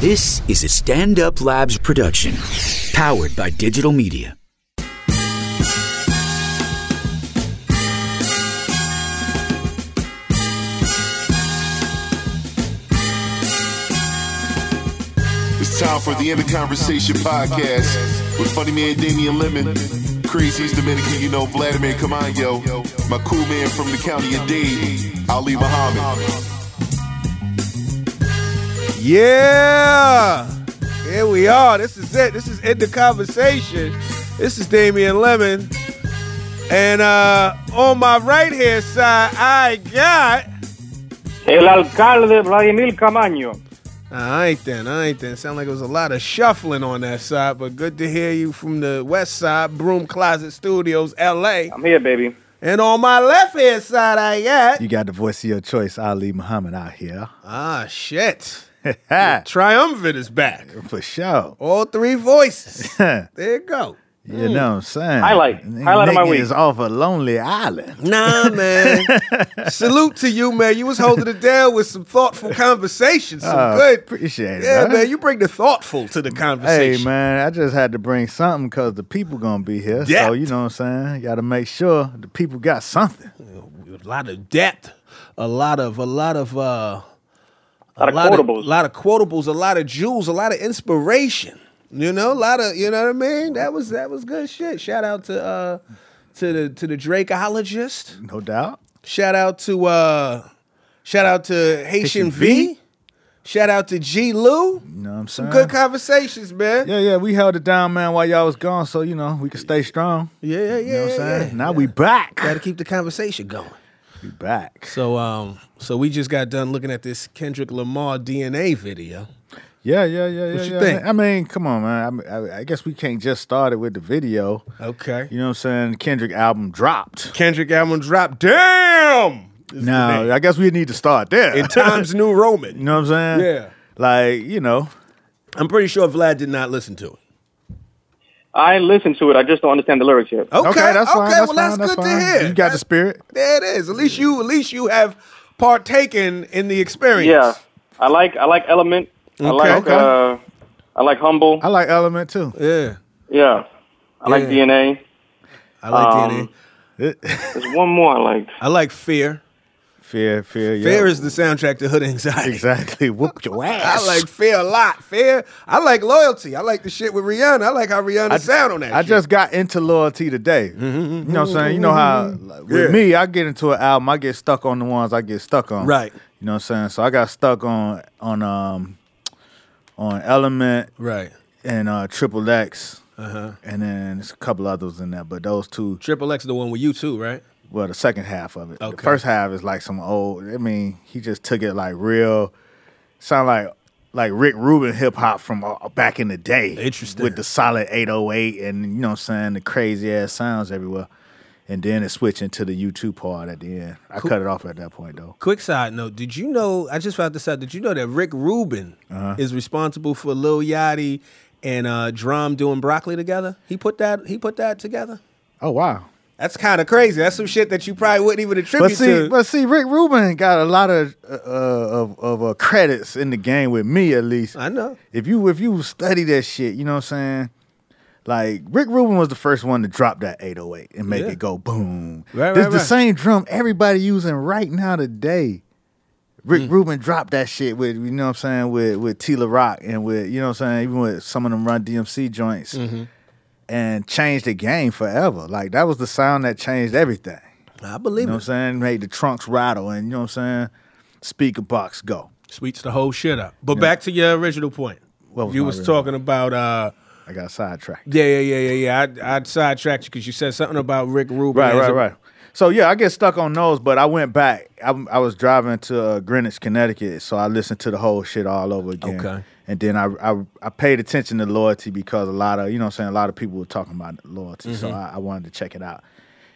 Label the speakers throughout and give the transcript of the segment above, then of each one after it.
Speaker 1: This is a Stand Up Labs production, powered by digital media.
Speaker 2: It's time for the End of Conversation podcast with funny man Damian Lemon, craziest Dominican you know, Vladimir Camayo, my cool man from the county of Dade, Ali Muhammad.
Speaker 3: Yeah. Here we are. This is it. This is End the Conversation. This is Damian Lemon. And uh on my right hand side, I got.
Speaker 4: El alcalde Vladimir Camaño.
Speaker 3: I ain't then. I ain't then. Sound like it was a lot of shuffling on that side, but good to hear you from the west side, Broom Closet Studios, LA.
Speaker 4: I'm here, baby.
Speaker 3: And on my left hand side, I got.
Speaker 5: You got the voice of your choice, Ali Muhammad out here.
Speaker 3: Ah, shit. Triumvirate is back.
Speaker 5: For sure.
Speaker 3: All three voices.
Speaker 5: you
Speaker 3: There you go.
Speaker 5: know what I'm saying?
Speaker 4: Highlight.
Speaker 5: Nigga
Speaker 4: Highlight of my week.
Speaker 5: is off a lonely island.
Speaker 3: Nah, man. Salute to you, man. You was holding it down with some thoughtful conversations. Some
Speaker 5: Oh,
Speaker 3: good.
Speaker 5: appreciate it,
Speaker 3: Yeah,
Speaker 5: man.
Speaker 3: man. You bring the thoughtful to the
Speaker 5: Hey,
Speaker 3: conversation.
Speaker 5: man, I just had to bring something because the people going to be here.
Speaker 3: Yeah.
Speaker 5: So, you know what I'm saying? got to make sure the people got something.
Speaker 3: A lot of depth. A lot of a lot of uh
Speaker 4: A lot of quotables.
Speaker 3: a lot of quotables, a lot of jewels, a lot of inspiration. You know, a lot of you know what I mean. That was that was good shit. Shout out to uh to the to the Drakeologist.
Speaker 5: No doubt.
Speaker 3: Shout out to uh shout out to Haitian
Speaker 5: Haitian
Speaker 3: V. Shout out to G Lou.
Speaker 5: You know what I'm
Speaker 3: Some
Speaker 5: saying?
Speaker 3: good conversations, man.
Speaker 5: yeah, yeah, we held it down, man, while y'all was gone, so you know we could stay strong.
Speaker 3: yeah, yeah.
Speaker 5: You know what I'm
Speaker 3: yeah,
Speaker 5: saying?
Speaker 3: yeah.
Speaker 5: Now we back.
Speaker 3: Gotta keep the conversation going.
Speaker 5: we back.
Speaker 3: So um so we just got done looking at this Kendrick Lamar DNA video.
Speaker 5: Yeah, yeah, yeah, yeah.
Speaker 3: What you
Speaker 5: yeah.
Speaker 3: think?
Speaker 5: I mean, come on, man. I, I, I guess we can't just start it with the video.
Speaker 3: Okay.
Speaker 5: You know what I'm saying? Kendrick album dropped.
Speaker 3: Kendrick album drop. Damn. is the
Speaker 5: Now,
Speaker 3: name.
Speaker 5: I guess we need to start there.
Speaker 3: in Times New
Speaker 5: you
Speaker 3: Roman.
Speaker 5: know what I'm saying?
Speaker 3: Yeah.
Speaker 5: Like, you know,
Speaker 3: I'm pretty sure Vlad did not listen to it.
Speaker 4: I listened to it. I just don't understand the lyrics yet.
Speaker 3: Okay,
Speaker 5: that's
Speaker 3: okay,
Speaker 5: fine.
Speaker 3: well
Speaker 5: fine,
Speaker 3: that's, good
Speaker 5: fine.
Speaker 3: to hear.
Speaker 5: You got the
Speaker 3: That's-
Speaker 5: spirit.
Speaker 3: There it is. At least you at least you have partaken in the experience.
Speaker 4: Yeah, I like I like Element. I like
Speaker 5: okay.
Speaker 4: uh, I like Humble.
Speaker 5: I like Element too.
Speaker 3: Yeah.
Speaker 4: yeah, I like
Speaker 3: Oh. Yeah.
Speaker 4: DNA.
Speaker 3: I like
Speaker 4: Um,
Speaker 3: DNA.
Speaker 4: There's one more I liked.
Speaker 3: I like Fear.
Speaker 5: Fear, fear, yeah.
Speaker 3: Fear is the soundtrack to Hood Anxiety.
Speaker 5: Exactly. Whoop your ass.
Speaker 3: I like Fear a lot. Fear. I like loyalty. I like the shit with Rihanna. I like how Rihanna sound on that.
Speaker 5: I
Speaker 3: shit. Mm-hmm,
Speaker 5: just got into loyalty today. You know what I'm saying? You know how like, with
Speaker 3: Yeah.
Speaker 5: me, I get into an album, I get stuck on the ones I get stuck on.
Speaker 3: Right.
Speaker 5: You know what I'm saying? So I got stuck on on um on Element
Speaker 3: right.
Speaker 5: and uh Triple X. Uh-huh. And then there's a couple others in there, but those two,
Speaker 3: Triple X the one with you too, right?
Speaker 5: well, the second half of it. The
Speaker 3: Okay.
Speaker 5: first half is like some old. I mean, he just took it like real, sound like like Rick Rubin hip hop from uh, back in the day.
Speaker 3: Interesting.
Speaker 5: With the solid 808 and you know what I'm saying the crazy ass sounds everywhere. And then it switched into the U2 part at the end. I cut it off at that point though.
Speaker 3: Quick side note: Did you know? I just found this out. Did you know that Rick Rubin is responsible for Lil Yachty and uh, Drum doing broccoli together? He put that. He put that together.
Speaker 5: Oh wow.
Speaker 3: That's kind of crazy. That's some shit that you probably wouldn't even attribute
Speaker 5: But see,
Speaker 3: to.
Speaker 5: but see, Rick Rubin got a lot of uh, of, of uh, credits in the game with me at least.
Speaker 3: I know.
Speaker 5: if you if you study that shit, you know what I'm saying? Like Rick Rubin was the first one to drop that 808 and make
Speaker 3: Yeah.
Speaker 5: it go boom.
Speaker 3: Right,
Speaker 5: it's
Speaker 3: right,
Speaker 5: the
Speaker 3: right.
Speaker 5: same drum everybody using right now
Speaker 3: Mm.
Speaker 5: today. Rick Rubin dropped that shit with you know what I'm saying with with Tila Rock and with you know what I'm saying even with some of them Run DMC joints
Speaker 3: Mm-hmm.
Speaker 5: and changed the game forever. Like that was the sound that changed everything.
Speaker 3: I
Speaker 5: You
Speaker 3: believe
Speaker 5: know
Speaker 3: it.
Speaker 5: what I'm saying? Made the trunks rattle and you know what I'm saying? Speaker box go.
Speaker 3: Sweets the whole shit up. But back to your original point.
Speaker 5: What was
Speaker 3: you
Speaker 5: my
Speaker 3: was
Speaker 5: original
Speaker 3: talking about. Uh,
Speaker 5: I got sidetracked.
Speaker 3: yeah, yeah, yeah, yeah, yeah. I, I sidetracked you because you said something about Rick Rubin.
Speaker 5: Right,
Speaker 3: as
Speaker 5: right,
Speaker 3: a-
Speaker 5: right. So yeah, I get stuck on those, but I went back. I, I was driving to uh, Greenwich, Connecticut, so I listened to the whole shit all over again.
Speaker 3: Okay.
Speaker 5: And then I, I I paid attention to loyalty because a lot of you know what I'm saying a lot of people were talking about loyalty, so I, I wanted to check it out.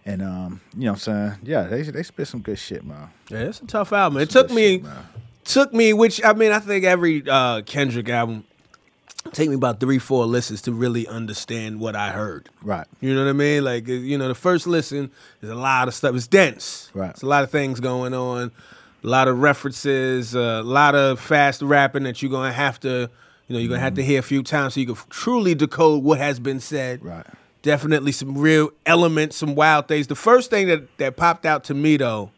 Speaker 5: And um, you know what I'm saying? Yeah, they they spit some good shit, man.
Speaker 3: Yeah, it's a tough album. It took
Speaker 5: good
Speaker 3: me,
Speaker 5: shit, man.
Speaker 3: took me, which I mean, I think every uh, Kendrick album take me about three, four listens to really understand what I heard.
Speaker 5: Right.
Speaker 3: You know what I mean? Like, it- you know, the first listen is a lot of stuff. It's dense.
Speaker 5: Right.
Speaker 3: It's a lot of things going on, a lot of references, a lot of fast rapping that you're gonna have to, You know, you're gonna have
Speaker 5: Mm.
Speaker 3: to hear a few times so you can f- truly decode what has been said.
Speaker 5: Right.
Speaker 3: Definitely some real elements, some wild things. The first thing that that popped out to me though,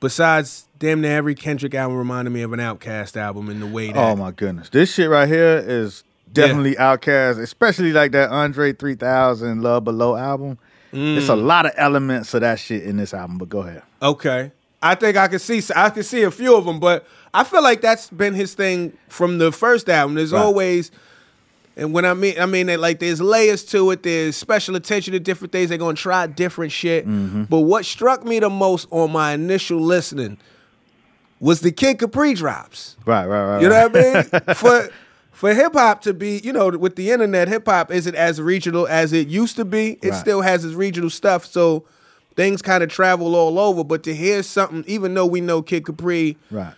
Speaker 3: besides damn near every Kendrick album, reminded me of an Outcast album in the way that.
Speaker 5: Oh my goodness, this shit right here is definitely Outcast, especially like that Andre 3000 Love Below album. It's a lot of elements of that shit in this album. But go ahead.
Speaker 3: Okay. I think I could see I could see a few of them, but I feel like that's been his thing from the first album. There's
Speaker 5: Right.
Speaker 3: always and when I mean I mean that like there's layers to it, there's special attention to different things. They're gonna try different shit.
Speaker 5: Mm-hmm.
Speaker 3: But what struck me the most on my initial listening was the Kid Capri drops.
Speaker 5: Right, right, right.
Speaker 3: You know
Speaker 5: right.
Speaker 3: what I mean? for for hip hop to be, you know, with the internet, hip hop isn't as regional as it used to be. It
Speaker 5: Right.
Speaker 3: still has its regional stuff, so things kind of travel all over. But to hear something, even though we know Kid Capri
Speaker 5: Right.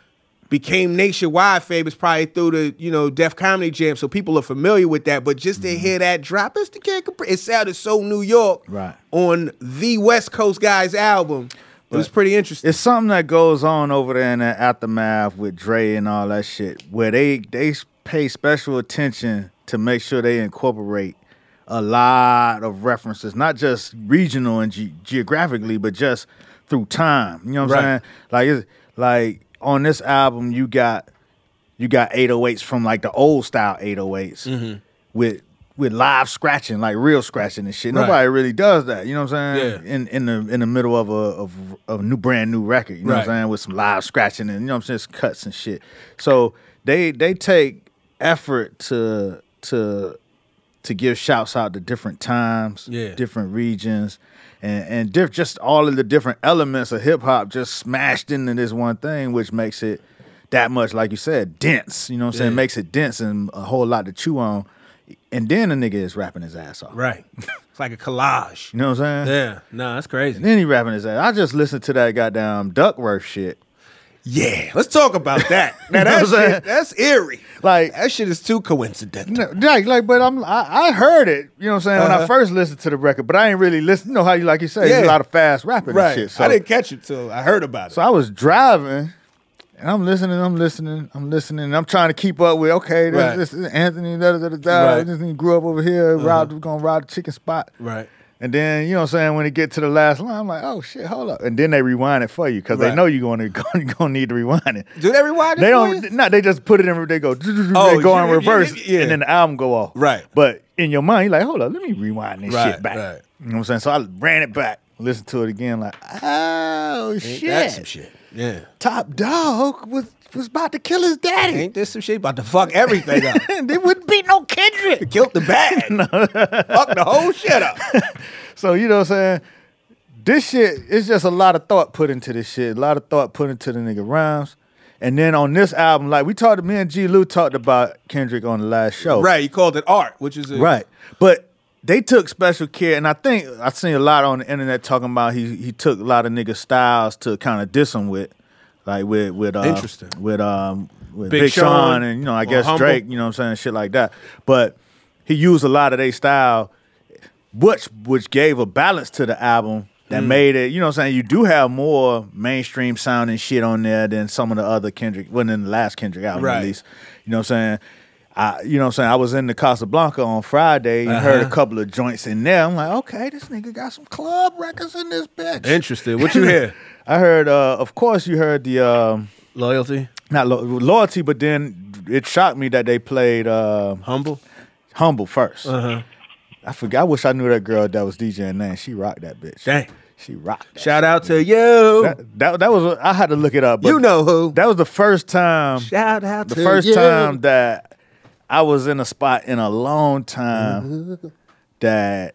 Speaker 3: became nationwide famous probably through the you know Def Comedy Jam, so people are familiar with that. But just
Speaker 5: Mm-hmm.
Speaker 3: to hear that drop, it's the Kid Capri. It sounded so New York
Speaker 5: Right.
Speaker 3: on the West Coast guys album. It was pretty interesting.
Speaker 5: It's something that goes on over there in that aftermath with Dre and all that shit, where they they pay special attention to make sure they incorporate a lot of references, not just regional and ge- geographically, but just through time. You know what
Speaker 3: Right.
Speaker 5: I'm saying? Like it's like on this album, you got you got 808s from like the old style 808s
Speaker 3: Mm-hmm.
Speaker 5: with with live scratching, like real scratching and shit.
Speaker 3: Right.
Speaker 5: Nobody really does that. You know what I'm saying?
Speaker 3: Yeah.
Speaker 5: In in the in the middle of a of, of a new brand new record. You know what
Speaker 3: Right.
Speaker 5: I'm saying? With some live scratching and you know what I'm saying, It's cuts and shit. So they they take effort to to to give shouts out to different times,
Speaker 3: Yeah.
Speaker 5: different regions, and and diff, just all of the different elements of hip hop just smashed into this one thing, which makes it that much, like you said, dense. You know what I'm saying?
Speaker 3: Yeah.
Speaker 5: Makes it dense and a whole lot to chew on. And then the nigga is rapping his ass off.
Speaker 3: right. it's like a collage.
Speaker 5: You know what I'm saying?
Speaker 3: Yeah. No, that's crazy.
Speaker 5: Then he rapping his ass. I just listened to that goddamn Duckworth shit.
Speaker 3: Yeah, let's talk about that. Now
Speaker 5: You know
Speaker 3: that
Speaker 5: what I'm saying?
Speaker 3: shit, that's eerie.
Speaker 5: Like-
Speaker 3: that shit is too coincidental.
Speaker 5: No, Like, like, but I'm, I, I heard it, you know what I'm saying, when I
Speaker 3: Uh-huh.
Speaker 5: first listened to the record, but I ain't really listen. You know how you, like you say, there's
Speaker 3: Yeah.
Speaker 5: a lot of fast rapping and shit. So
Speaker 3: I didn't catch it till I heard about it.
Speaker 5: So I was driving, and I'm listening, I'm listening, I'm listening, and I'm trying to keep up with. Okay, this,
Speaker 3: Right.
Speaker 5: this is Anthony, da da da da.
Speaker 3: Right.
Speaker 5: This nigga grew up over here, robbed, gonna rob the chicken spot.
Speaker 3: right.
Speaker 5: And then you know what I'm saying. When it get to the last line, I'm like, oh shit, hold up. And then they rewind it for you because
Speaker 3: Right.
Speaker 5: they know you're gonna going to need to rewind it.
Speaker 3: Do they rewind it?
Speaker 5: They
Speaker 3: for
Speaker 5: don't.
Speaker 3: you?
Speaker 5: No, they just put it in. They go.
Speaker 3: Oh,
Speaker 5: they go in
Speaker 3: you- you-
Speaker 5: reverse,
Speaker 3: you- yeah.
Speaker 5: and then the album go off.
Speaker 3: Right.
Speaker 5: But in your mind, you're like, hold up, let me rewind this
Speaker 3: Right,
Speaker 5: shit back.
Speaker 3: right.
Speaker 5: You know what I'm saying? So I ran it back, listened to it again, like, oh shit,
Speaker 3: That's some shit. Yeah.
Speaker 5: Top Dog was was about to kill his daddy.
Speaker 3: Ain't this some shit about to fuck everything up?
Speaker 5: there wouldn't be no Kendrick.
Speaker 3: Killed the bag. Fuck the whole shit up.
Speaker 5: So you know what I'm saying? This shit is just a lot of thought put into this shit. A lot of thought put into the nigga rhymes. And then on this album, like we talked, me and G. Lou talked about Kendrick on the last show.
Speaker 3: Right. You called it art, which is a,
Speaker 5: Right. But they took special care, and I think I seen a lot on the internet talking about he he took a lot of nigga styles to kind of diss him with, like with with uh,
Speaker 3: Interesting.
Speaker 5: with um with
Speaker 3: Big
Speaker 5: Big, Sean,
Speaker 3: Sean
Speaker 5: and you know I
Speaker 3: or
Speaker 5: guess
Speaker 3: Humble.
Speaker 5: Drake, you know what I'm saying shit like that. But he used a lot of their style, which which gave a balance to the album.
Speaker 3: Mm.
Speaker 5: That made it, you know what I'm saying? You do have more mainstream sounding shit on there than some of the other Kendrick, wasn't in the last Kendrick album
Speaker 3: Right.
Speaker 5: at least. You know what I'm saying? I, you know what I'm saying? I was in the Casablanca on Friday and
Speaker 3: Uh-huh.
Speaker 5: heard a couple of joints in there. I'm like, okay, this nigga got some club records in this bitch.
Speaker 3: Interesting. What you hear?
Speaker 5: I heard, uh, of course, you heard the um,
Speaker 3: Loyalty.
Speaker 5: not lo- loyalty, but then it shocked me that they played uh,
Speaker 3: Humble.
Speaker 5: humble 1st
Speaker 3: Uh-huh.
Speaker 5: I forgot. I wish I knew that girl that was DJing. Then she rocked that bitch.
Speaker 3: Dang.
Speaker 5: she rocked. That.
Speaker 3: Shout out to you.
Speaker 5: that, that that was. I had to look it up. But
Speaker 3: you know who.
Speaker 5: that was the first time.
Speaker 3: Shout out
Speaker 5: the
Speaker 3: to
Speaker 5: first
Speaker 3: you.
Speaker 5: time that I was in a spot in a long time that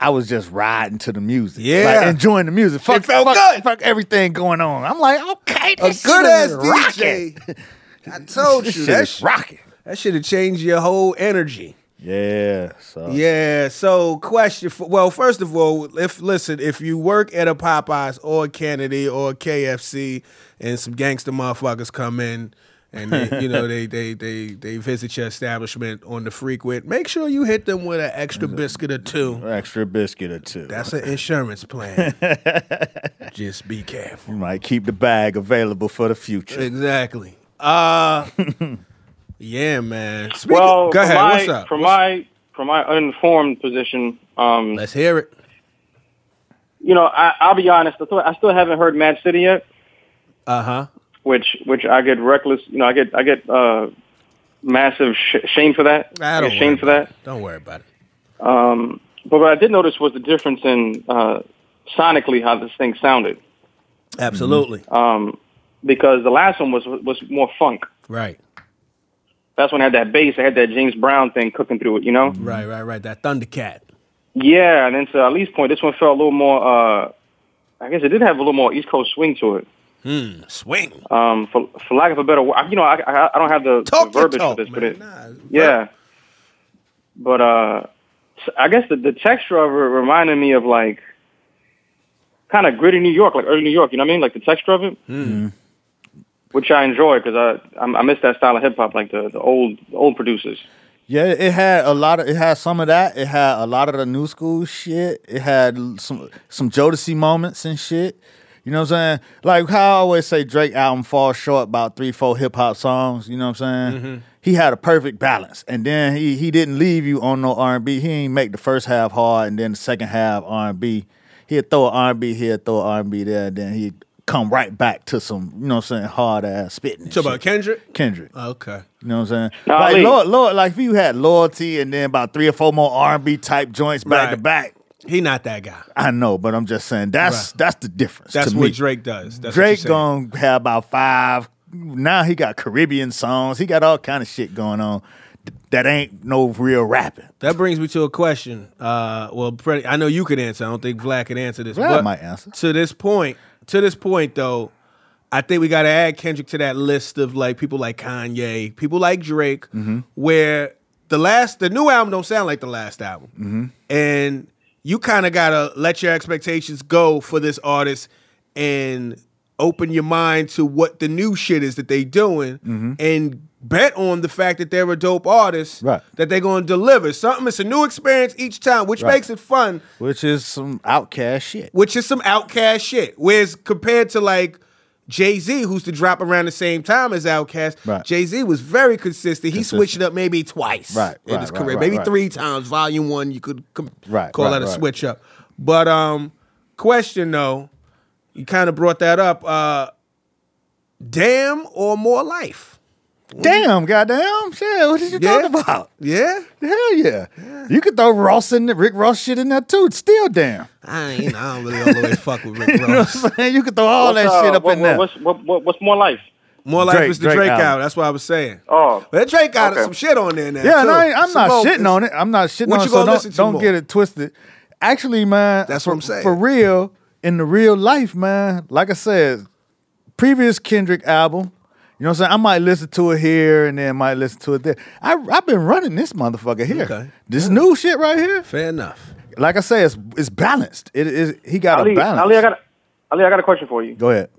Speaker 5: I was just riding to the music,
Speaker 3: Yeah.
Speaker 5: like enjoying the music. Fuck,
Speaker 3: felt
Speaker 5: fuck,
Speaker 3: good.
Speaker 5: fuck everything going on. I'm like, okay,
Speaker 3: A
Speaker 5: this
Speaker 3: good
Speaker 5: shit
Speaker 3: ass
Speaker 5: is rocking.
Speaker 3: DJ. I told
Speaker 5: This
Speaker 3: you
Speaker 5: shit
Speaker 3: that
Speaker 5: is
Speaker 3: shit-
Speaker 5: rocking.
Speaker 3: That should have changed your whole energy.
Speaker 5: Yeah, so
Speaker 3: Yeah. So, question. For, well, first of all, if listen, if you work at a Popeyes or a Kennedy or a KFC, and some gangster motherfuckers come in, and they, you know they they they they visit your establishment on the frequent, make sure you hit them with an extra biscuit or two.
Speaker 5: extra biscuit or two.
Speaker 3: That's an insurance plan. Just be careful.
Speaker 5: you might keep the bag available for the future.
Speaker 3: Exactly. Uh Yeah, man. Speak-
Speaker 4: Well,
Speaker 3: go
Speaker 4: from
Speaker 3: ahead.
Speaker 4: my,
Speaker 3: What's up?
Speaker 4: From
Speaker 3: What's-
Speaker 4: my from my uninformed position, um,
Speaker 3: Let's hear it.
Speaker 4: you know, I, I'll be honest. I still, I still haven't heard Mad City yet,
Speaker 3: Uh huh.
Speaker 4: which which I get reckless. You know, I get I get uh, massive sh- shame for that.
Speaker 3: I
Speaker 4: get
Speaker 3: don't
Speaker 4: shame
Speaker 3: worry
Speaker 4: for
Speaker 3: about
Speaker 4: that.
Speaker 3: it. Don't worry about it.
Speaker 4: Um, but what I did notice was the difference in uh, sonically how this thing sounded.
Speaker 3: Absolutely.
Speaker 4: Um, because the last one was was more funk.
Speaker 3: Right.
Speaker 4: That's when I had that bass. I had that James Brown thing cooking through it. You know.
Speaker 3: Right. Right. Right. That Thundercat.
Speaker 4: Yeah, and then to Ali's point, this one felt a little more. Uh, I guess it did have a little more East Coast swing to it.
Speaker 3: Hmm, Swing.
Speaker 4: Um, for for lack of a better, word, you know, I I, I don't have the, the
Speaker 3: Talk your
Speaker 4: verbiage
Speaker 3: talk,
Speaker 4: for this,
Speaker 3: man.
Speaker 4: but it,
Speaker 3: Nah, verb-
Speaker 4: yeah. But uh, s- I guess the, the texture of it reminded me of like kind of gritty New York, like early New York. You know what I mean? Like the texture of it,
Speaker 5: Hmm.
Speaker 4: Mm-hmm. which I enjoy because I, I I miss that style of hip hop, like the the old old producers.
Speaker 5: Yeah, it had a lot of it had some of that. It had a lot of the new school shit. It had l- some some Jodeci moments and shit. You know what I'm saying? Like how I always say Drake album falls short about three, four hip hop songs, you know what I'm saying? He had a perfect balance. And then he he didn't leave you on no R and B. He didn't make the first half hard and then the second half R and B. He'd throw an R and B here, throw an R and B there, and then he'd come right back to some, you know what I'm saying, hard ass spitting. and
Speaker 3: So about
Speaker 5: shit.
Speaker 3: Kendrick.
Speaker 5: Kendrick.
Speaker 3: Okay.
Speaker 5: You know what I'm saying?
Speaker 4: Nah,
Speaker 5: like
Speaker 4: Lee.
Speaker 5: Lord, Lord, like if you had loyalty and then about three or four more R and B type joints back to
Speaker 3: Right.
Speaker 5: back,
Speaker 3: He not that guy.
Speaker 5: I know, but I'm just saying that's
Speaker 3: Right.
Speaker 5: that's the difference.
Speaker 3: That's
Speaker 5: to
Speaker 3: what
Speaker 5: me.
Speaker 3: Drake does. That's what you're
Speaker 5: Drake
Speaker 3: saying.
Speaker 5: gonna have about five. Now he got Caribbean songs. He got all kind of shit going on th- that ain't no real rapping.
Speaker 3: That brings me to a question. Uh, well, Freddie, I know you could answer. I don't think Vlad can answer this.
Speaker 5: Vlad
Speaker 3: but
Speaker 5: might answer.
Speaker 3: To this point, to this point though, I think we got to add Kendrick to that list of like people like Kanye, people like Drake,
Speaker 5: Mm-hmm.
Speaker 3: where the last, the new album don't sound like the last album,
Speaker 5: Mm-hmm.
Speaker 3: and you kind of gotta let your expectations go for this artist and open your mind to what the new shit is that they doing
Speaker 5: Mm-hmm.
Speaker 3: and bet on the fact that they're a dope artist
Speaker 5: Right.
Speaker 3: that they're going to deliver something. It's a new experience each time, which
Speaker 5: Right.
Speaker 3: makes it fun,
Speaker 5: Which is some outcast shit.
Speaker 3: which is some outcast shit. Whereas compared to like Jay Z, who's to drop around the same time as Outcast,
Speaker 5: Right.
Speaker 3: Jay Z was very consistent. He
Speaker 5: Consistent.
Speaker 3: switched it up maybe twice
Speaker 5: Right,
Speaker 3: in
Speaker 5: right,
Speaker 3: his
Speaker 5: right,
Speaker 3: career,
Speaker 5: right,
Speaker 3: maybe
Speaker 5: right.
Speaker 3: three times. Volume one, you could com-
Speaker 5: Right,
Speaker 3: call
Speaker 5: right,
Speaker 3: that a
Speaker 5: right.
Speaker 3: switch up. But um, question though, you kind of brought that up. Uh, damn or more life?
Speaker 5: Damn, goddamn, shit. What did you
Speaker 3: Yeah.
Speaker 5: talking about?
Speaker 3: Yeah.
Speaker 5: Hell yeah. You could throw Ross in the Rick Ross shit in there too. It's still damn.
Speaker 3: I ain't, you know, I don't really all the way fuck with Rick
Speaker 5: You know
Speaker 3: Ross.
Speaker 5: what I'm saying? You could throw all that
Speaker 4: What's, uh,
Speaker 5: shit up
Speaker 4: what-
Speaker 5: in
Speaker 4: what-
Speaker 5: there.
Speaker 4: What's what, what, what's more life?
Speaker 3: More like
Speaker 5: Drake-
Speaker 3: it's the Drake,
Speaker 5: Drake
Speaker 3: album.
Speaker 5: album.
Speaker 3: That's what I was saying.
Speaker 4: Oh.
Speaker 3: but Drake got
Speaker 4: okay.
Speaker 3: some shit on there now.
Speaker 5: Yeah,
Speaker 3: too.
Speaker 5: and I, ain't- I'm not
Speaker 3: Some more-
Speaker 5: shitting on it. I'm not shitting
Speaker 3: What
Speaker 5: on it.
Speaker 3: you
Speaker 5: So
Speaker 3: gonna
Speaker 5: don't,
Speaker 3: listen to
Speaker 5: don't
Speaker 3: more?
Speaker 5: get it twisted. Actually, man,
Speaker 3: That's
Speaker 5: for,
Speaker 3: what I'm saying.
Speaker 5: For real, in the real life, man, like I said, previous Kendrick album, you know what I'm saying? I might listen to it here and then might listen to it there. I, I've been running this motherfucker here.
Speaker 3: Okay.
Speaker 5: This new shit right here,
Speaker 3: Fair enough.
Speaker 5: like I said, it's, it's balanced. It is. He got a
Speaker 4: Ali,
Speaker 5: balance.
Speaker 4: Ali, I got Ali, I got a question for you.
Speaker 5: Go ahead.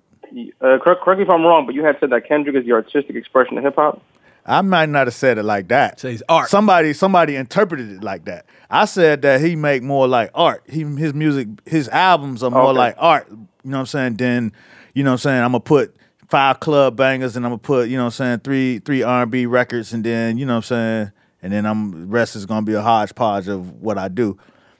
Speaker 4: Uh, correct, correct me if I'm wrong, but you had said that Kendrick is the artistic expression of hip hop.
Speaker 5: I might not have said it like that.
Speaker 3: Says art.
Speaker 5: Somebody somebody interpreted it like that. I said that he make more like art. He his music his albums are more
Speaker 4: Okay.
Speaker 5: like art. You know what I'm saying? Then you know what I'm saying. I'm gonna put five club bangers and I'm gonna put you know what I'm saying three three R&B records and then you know what I'm saying and then I'm the rest is gonna be a hodgepodge of what I do.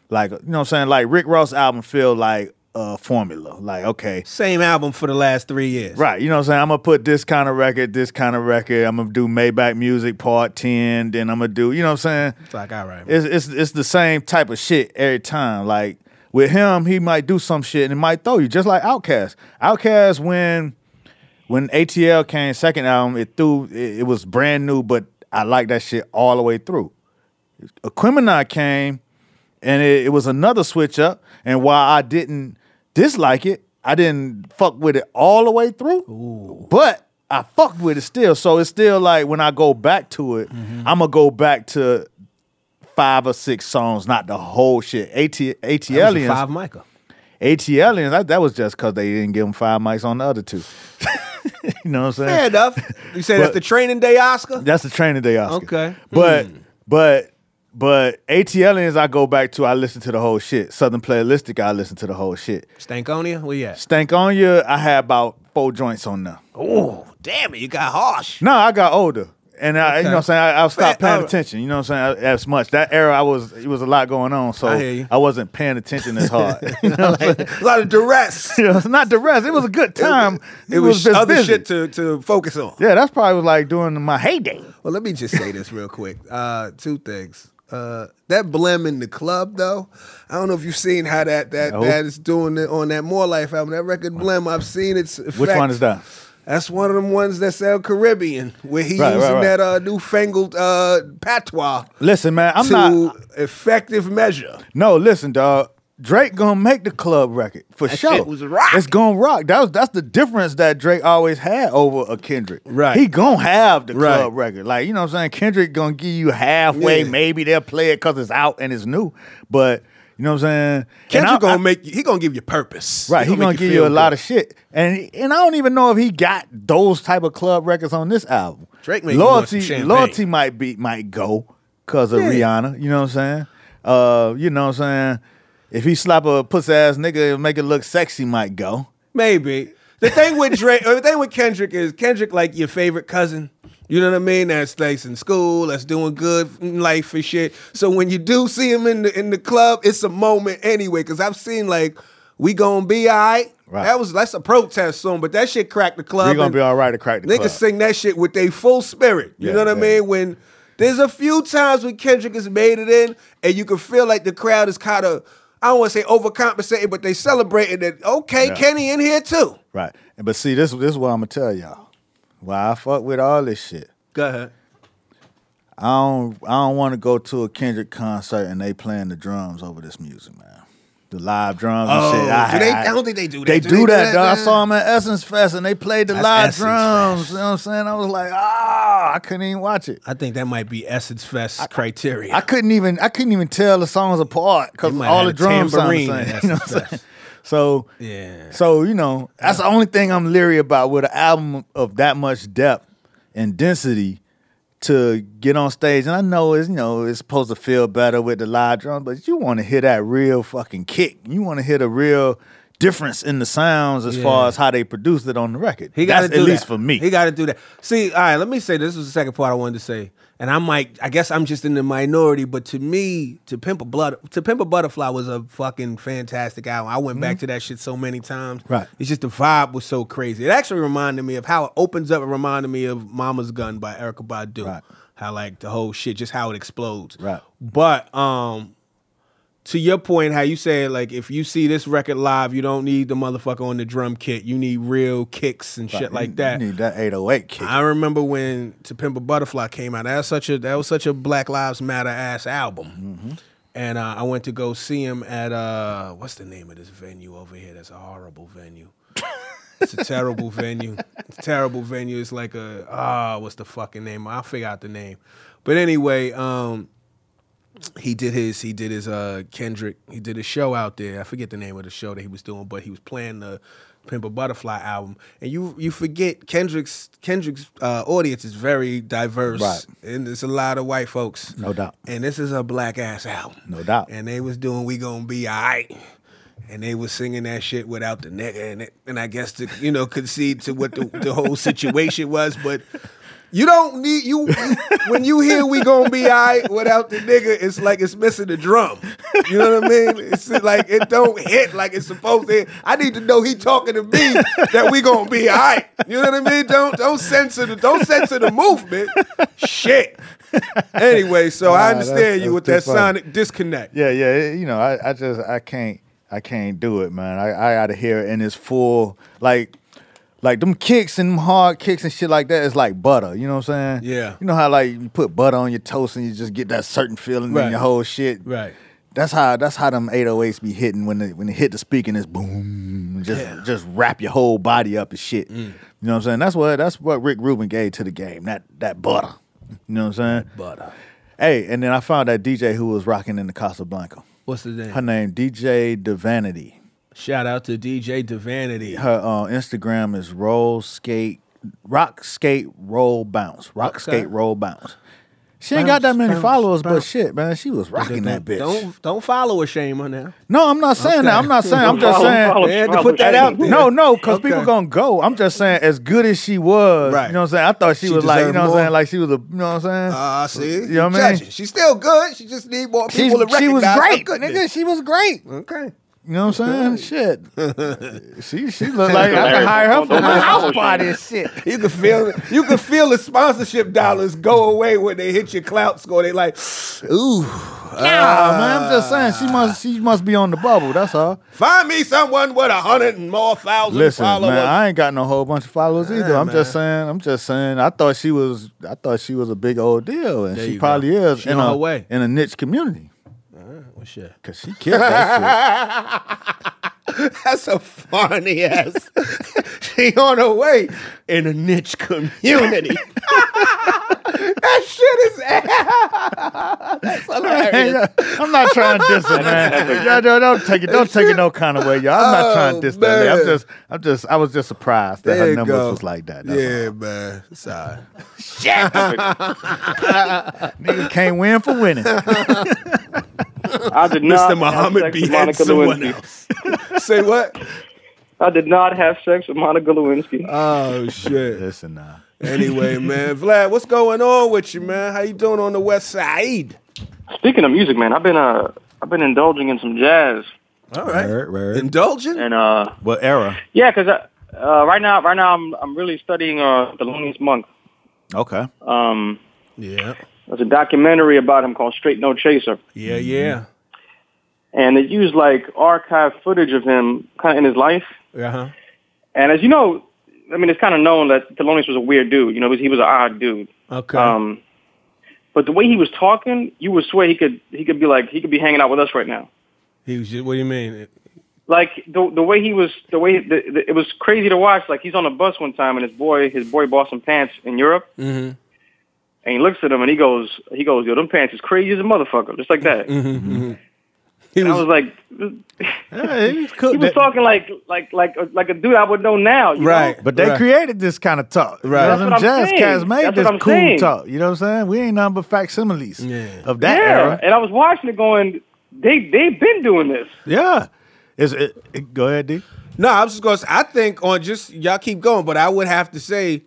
Speaker 5: Like you know what I'm saying. Like Rick Ross album feel like a formula. Like okay,
Speaker 3: Same album for the last three years.
Speaker 5: Right. You know what I'm saying? I'm gonna put this kind of record, this kind of record. I'm gonna do Maybach Music Part 10, then I'm gonna do, you know what I'm saying?
Speaker 3: It's like, all right. man.
Speaker 5: It's it's it's the same type of shit every time. Like with him, he might do some shit and it might throw you, just like Outkast. Outkast when when ATL came second album, it threw it, it was brand new, but I liked that shit all the way through. Aquemini came and it, it was another switch up. And while I didn't dislike it, I didn't fuck with it all the way through. But I fucked with it still. So it's still like when I go back to it,
Speaker 3: Mm-hmm.
Speaker 5: I'm gonna go back to five or six songs, not the whole shit. AT,
Speaker 3: That was a
Speaker 5: ATLians,
Speaker 3: Five Micah.
Speaker 5: ATLians, that, that was just because they didn't give them five mics on the other two. you know what I'm saying?
Speaker 3: Fair enough. You say that's
Speaker 5: But-
Speaker 3: the training day Oscar?
Speaker 5: That's the training day Oscar.
Speaker 3: Okay. Hmm.
Speaker 5: But but but ATLians I go back to, I listen to the whole shit. Southern Playalistic, I listen to the whole shit.
Speaker 3: Stankonia? Where you at?
Speaker 5: Stank on you, I had about four joints on there.
Speaker 3: Oh, damn it. You got harsh.
Speaker 5: No, I got older. and I, you know what I'm saying I, I stopped
Speaker 3: Fair-
Speaker 5: paying
Speaker 3: all-
Speaker 5: attention. You know what I'm saying as much. That era I was it was a lot going on, so
Speaker 3: I hear you.
Speaker 5: I, wasn't paying attention as hard. you know what I'm saying?
Speaker 3: A lot of duress.
Speaker 5: You know, it's not the rest. It was a good time.
Speaker 3: It was
Speaker 5: just
Speaker 3: other
Speaker 5: busy.
Speaker 3: shit to, to focus on.
Speaker 5: Yeah, that's probably was like doing my heyday.
Speaker 3: Well, let me just say this real quick. Uh, two things. Uh, that Blem in the club though, I don't know if you've seen how that that
Speaker 5: No.
Speaker 3: that is doing it on that More Life album. That record Blem, I've seen its. Effect.
Speaker 5: Which one is that?
Speaker 3: That's one of them ones that sound Caribbean, where he
Speaker 5: Right, right,
Speaker 3: using
Speaker 5: right.
Speaker 3: that uh, newfangled uh, patois
Speaker 5: Listen, man, I'm
Speaker 3: to
Speaker 5: not.
Speaker 3: effective measure.
Speaker 5: No, listen, dog. Drake gonna make the club record for sure.
Speaker 3: shit was a rock.
Speaker 5: It's gonna rock. That was that's the difference that Drake always had over a Kendrick.
Speaker 3: Right.
Speaker 5: He gonna have the
Speaker 3: Right.
Speaker 5: club record. Like you know what I'm saying. Kendrick gonna give you halfway.
Speaker 3: Yeah.
Speaker 5: Maybe they'll play it because it's out and it's new. But you know what I'm saying. And I-
Speaker 3: Kendrick gonna
Speaker 5: I-
Speaker 3: make you, he gonna give you purpose.
Speaker 5: Right, he gonna
Speaker 3: make
Speaker 5: give
Speaker 3: feel
Speaker 5: you a lot
Speaker 3: good.
Speaker 5: of shit, and and I don't even know if he got those type of club records on this album.
Speaker 3: Drake make you want some
Speaker 5: loyalty,
Speaker 3: champagne.
Speaker 5: loyalty might be might go because of Rihanna. You know what I'm saying? Uh, you know what I'm saying? If he slap a pussy ass nigga and make it look sexy, might go.
Speaker 3: Maybe. The thing with Drake, or the thing with Kendrick is Kendrick like your favorite cousin. You know what I mean? That's that's in school, that's doing good in life and shit. So when you do see him in the in the club, it's a moment anyway. Cause I've seen like we gonna be all right.
Speaker 5: Right.
Speaker 3: That was that's a protest song, but that shit cracked the club.
Speaker 5: We gonna
Speaker 3: and
Speaker 5: be all right to crack the
Speaker 3: Niggas
Speaker 5: club.
Speaker 3: sing that shit with their full spirit. You
Speaker 5: Yeah,
Speaker 3: know what I
Speaker 5: yeah.
Speaker 3: mean? When there's a few times when Kendrick has made it in, and you can feel like the crowd is kind of I don't want to say overcompensating, but they celebrating that. Okay,
Speaker 5: Yeah.
Speaker 3: Kenny in here too.
Speaker 5: Right, And- but see, this this is what I'm gonna tell y'all. Why I fuck with all this shit.
Speaker 3: Go ahead.
Speaker 5: I don't I don't want to go to a Kendrick concert and they playing the drums over this music, man. The live drums and
Speaker 3: Oh,
Speaker 5: shit.
Speaker 3: do they- I don't think they do that.
Speaker 5: They
Speaker 3: Do
Speaker 5: do,
Speaker 3: they do
Speaker 5: that,
Speaker 3: that,
Speaker 5: dog. I
Speaker 3: man?
Speaker 5: saw them at Essence Fest and they played the
Speaker 3: That's
Speaker 5: live
Speaker 3: Essence
Speaker 5: drums.
Speaker 3: Fest.
Speaker 5: You know what I'm saying? I was like, ah, I couldn't even watch it.
Speaker 3: I think that might be Essence Fest criteria.
Speaker 5: I couldn't even I couldn't even tell the songs apart because
Speaker 3: They might
Speaker 5: all
Speaker 3: have
Speaker 5: the
Speaker 3: a
Speaker 5: drums sound the
Speaker 3: tambourine at Essence
Speaker 5: same. You know what I'm
Speaker 3: Fest.
Speaker 5: saying? So
Speaker 3: Yeah.
Speaker 5: so you know that's the only thing I'm leery about with an album of that much depth and density to get on stage. And I know it's you know it's supposed to feel better with the live drums, but you want to hear that real fucking kick. You want to hear the real difference in the sounds as
Speaker 3: Yeah.
Speaker 5: far as how they produced it on the record.
Speaker 3: He got
Speaker 5: That's
Speaker 3: to do
Speaker 5: at least
Speaker 3: that.
Speaker 5: for me.
Speaker 3: He got to do that. See, all right. Let me say this was the second part I wanted to say, and I might. I guess I'm just in the minority, but to me, to pimp a blood, to pimp a butterfly was a fucking fantastic album. I went back to that shit so many times.
Speaker 5: Mm-hmm. Right.
Speaker 3: It's just the vibe was so crazy. It actually reminded me of how it opens up. It reminded me of Mama's Gun by Erica Badu.
Speaker 5: Right.
Speaker 3: How like the whole shit, just how it explodes.
Speaker 5: Right.
Speaker 3: But um, to your point, how you said like if you see this record live, you don't need the motherfucker on the drum kit. You need real kicks and shit like that.
Speaker 5: You need that 808 kick.
Speaker 3: I remember when To Pimp a Butterfly came out. That was such a that was such a Black Lives Matter ass album.
Speaker 5: Mm-hmm.
Speaker 3: And uh, I went to go see him at uh, what's the name of this venue over here? That's a horrible venue. it's a terrible venue. It's a terrible venue. It's like a ah, what's the fucking name? I'll figure out the name. But anyway, um, he did his he did his uh Kendrick he did a show out there I forget the name of the show that he was doing but he was playing the Pimp a Butterfly album and you you forget Kendrick's Kendrick's uh, audience is very diverse
Speaker 5: Right.
Speaker 3: and there's a lot of white folks
Speaker 5: No doubt.
Speaker 3: and this is a black ass album
Speaker 5: No doubt.
Speaker 3: and they was doing we gonna be alright and they was singing that shit without the nigga in it and I guess to you know concede to what the, the whole situation was but you don't need you when you hear we gonna be alright without the nigga. It's like it's missing the drum. You know what I mean? It's like it don't hit like it's supposed to. I need to know he talking to me that we gonna be alright. You know what I mean? Don't don't censor the don't censor the movement. Shit. Anyway, so I
Speaker 5: Nah, that's-
Speaker 3: understand you
Speaker 5: that's
Speaker 3: with
Speaker 5: too
Speaker 3: that
Speaker 5: funny.
Speaker 3: sonic disconnect.
Speaker 5: yeah, yeah. it- You know, I, I just I can't I can't do it, man. I, I gotta hear it in its full like like them kicks and them hard kicks and shit like that is like butter. You know what I'm saying?
Speaker 3: Yeah.
Speaker 5: You know how like you put butter on your toast and you just get that certain feeling
Speaker 3: Right.
Speaker 5: in your whole shit.
Speaker 3: Right.
Speaker 5: That's how that's how them 808s be hitting when they when they hit the speaker and it's boom. Just just wrap your whole body up and shit.
Speaker 3: Mm.
Speaker 5: You know what I'm saying? That's what that's what Rick Rubin gave to the game. That that butter. You know what I'm saying?
Speaker 3: Butter.
Speaker 5: Hey, and then I found that DJ who was rocking in the Casablanca.
Speaker 3: What's the
Speaker 5: Her
Speaker 3: name?
Speaker 5: name DJ Devanity.
Speaker 3: Shout out to DJ Divanity.
Speaker 5: Her uh, Instagram is roll skate rock skate roll bounce rock
Speaker 3: Okay.
Speaker 5: skate roll bounce. She ain't got that many followers, but shit, man, she was rocking that bitch.
Speaker 3: Don't don't follow a shamer now.
Speaker 5: No, I'm not saying that. I'm not saying. I'm just
Speaker 4: Follow-
Speaker 5: saying.
Speaker 4: follow-
Speaker 3: they had to
Speaker 4: follow
Speaker 3: put that
Speaker 4: Shayna.
Speaker 3: out there.
Speaker 5: No, no, because people
Speaker 3: Okay.
Speaker 5: gonna go. I'm just saying, as good as she was,
Speaker 3: Right.
Speaker 5: you know what I'm saying. I thought she,
Speaker 3: She
Speaker 5: was like, you
Speaker 3: deserved
Speaker 5: know what I'm
Speaker 3: more.
Speaker 5: saying, like she was a, you know what I'm saying.
Speaker 3: Ah, see,
Speaker 5: You know what I mean?
Speaker 3: Judging. She's still good. She just need more
Speaker 5: She's-
Speaker 3: people to recognize
Speaker 5: she was
Speaker 3: her
Speaker 5: great, nigga.
Speaker 3: goodness.
Speaker 5: She was great.
Speaker 3: Okay.
Speaker 5: You know what I'm saying? Shit, she she looked like I could hire her for
Speaker 4: Don't-
Speaker 5: my
Speaker 4: don't-
Speaker 5: house
Speaker 4: don't-
Speaker 5: party and shit.
Speaker 3: You can feel it. You can feel the sponsorship dollars go away when they hit your clout score. They like, ooh,
Speaker 5: Nah, man, I'm just saying she must she must be on the bubble. That's all.
Speaker 3: find me someone with a hundred and more thousand
Speaker 5: Listen,
Speaker 3: followers.
Speaker 5: man, I ain't got no whole bunch of followers either. I'm just saying. I'm just saying. I thought she was. I thought she was a big old deal, and
Speaker 3: There
Speaker 5: she
Speaker 3: you go.
Speaker 5: probably is
Speaker 3: She
Speaker 5: in
Speaker 3: on
Speaker 5: a
Speaker 3: her way. Uh,
Speaker 5: in a niche community
Speaker 3: Well, shit.
Speaker 5: because she killed that
Speaker 3: That's a funny ass. she on her way in a niche community. that shit is ass. That's
Speaker 5: shit. Hey,
Speaker 3: hilarious.
Speaker 5: I'm not trying to diss it, man. Y'all don't, don't take it. Don't take it no kind of way, y'all. I'm not trying to
Speaker 3: Oh,
Speaker 5: diss that. I'm
Speaker 3: man.
Speaker 5: just. I'm just. I was just surprised that
Speaker 3: There
Speaker 5: her
Speaker 3: you
Speaker 5: numbers
Speaker 3: go.
Speaker 5: was like that. That's
Speaker 3: Yeah, man. Sorry.
Speaker 5: all. Nigga can't win for winning.
Speaker 4: I did not
Speaker 3: Mr. Muhammad
Speaker 4: have sex
Speaker 3: behead
Speaker 4: with Monica
Speaker 3: someone
Speaker 4: Lewinsky.
Speaker 3: Say what?
Speaker 4: I did not have sex with Monica Lewinsky.
Speaker 3: Oh shit.
Speaker 5: Listen, uh,
Speaker 3: Anyway, man, Vlad, what's going on with you, man? How you doing on the West Side?
Speaker 4: Speaking of music, man, I've been uh I've been indulging in some jazz
Speaker 3: All right.
Speaker 5: Word, word.
Speaker 3: Indulging?
Speaker 4: and uh
Speaker 5: what era?
Speaker 4: yeah, cause I, uh, right now right now I'm I'm really studying uh the Loneliest Monk.
Speaker 5: Okay.
Speaker 4: Um,
Speaker 3: yeah.
Speaker 4: there's a documentary about him called Straight No Chaser,
Speaker 3: Yeah, yeah.
Speaker 4: and they used like archive footage of him kind of in his life.
Speaker 3: Uh-huh.
Speaker 4: And as you know, I mean, it's kind of known that Thelonious was a weird dude. You know, he was- he was an odd dude.
Speaker 3: Okay.
Speaker 4: Um, but the way he was talking, you would swear he could he could be like he could be hanging out with us right now.
Speaker 3: he was just, what do you mean?
Speaker 4: Like the the way he was the way the, the, it was crazy to watch. Like he's on a bus one time and his boy his boy bought some pants in Europe. Mm-hmm. And he looks at him and he goes he goes yo them pants is crazy as a motherfucker just like that.
Speaker 5: Mm-hmm.
Speaker 3: He
Speaker 4: And I was
Speaker 3: was
Speaker 4: like
Speaker 5: Yeah, he was cool.
Speaker 4: he was
Speaker 5: That-
Speaker 4: talking like like like like a dude I would know now. You
Speaker 3: Right.
Speaker 4: Know?
Speaker 5: But they
Speaker 3: Right.
Speaker 5: created this kind of talk.
Speaker 3: Right.
Speaker 5: You know,
Speaker 3: That's
Speaker 5: them
Speaker 4: what I'm
Speaker 5: jazz
Speaker 4: saying.
Speaker 5: cats made
Speaker 4: That's
Speaker 5: this
Speaker 4: what I'm
Speaker 5: cool
Speaker 4: saying.
Speaker 5: talk. You know what I'm saying? We ain't nothing but facsimiles
Speaker 3: Yeah.
Speaker 5: of that
Speaker 4: Yeah.
Speaker 5: era.
Speaker 4: And I was watching it going they they've been doing this.
Speaker 5: Yeah. Is it, it- go ahead, D.
Speaker 3: No, I was just going to say, I think on just, y'all keep going, but I would have to say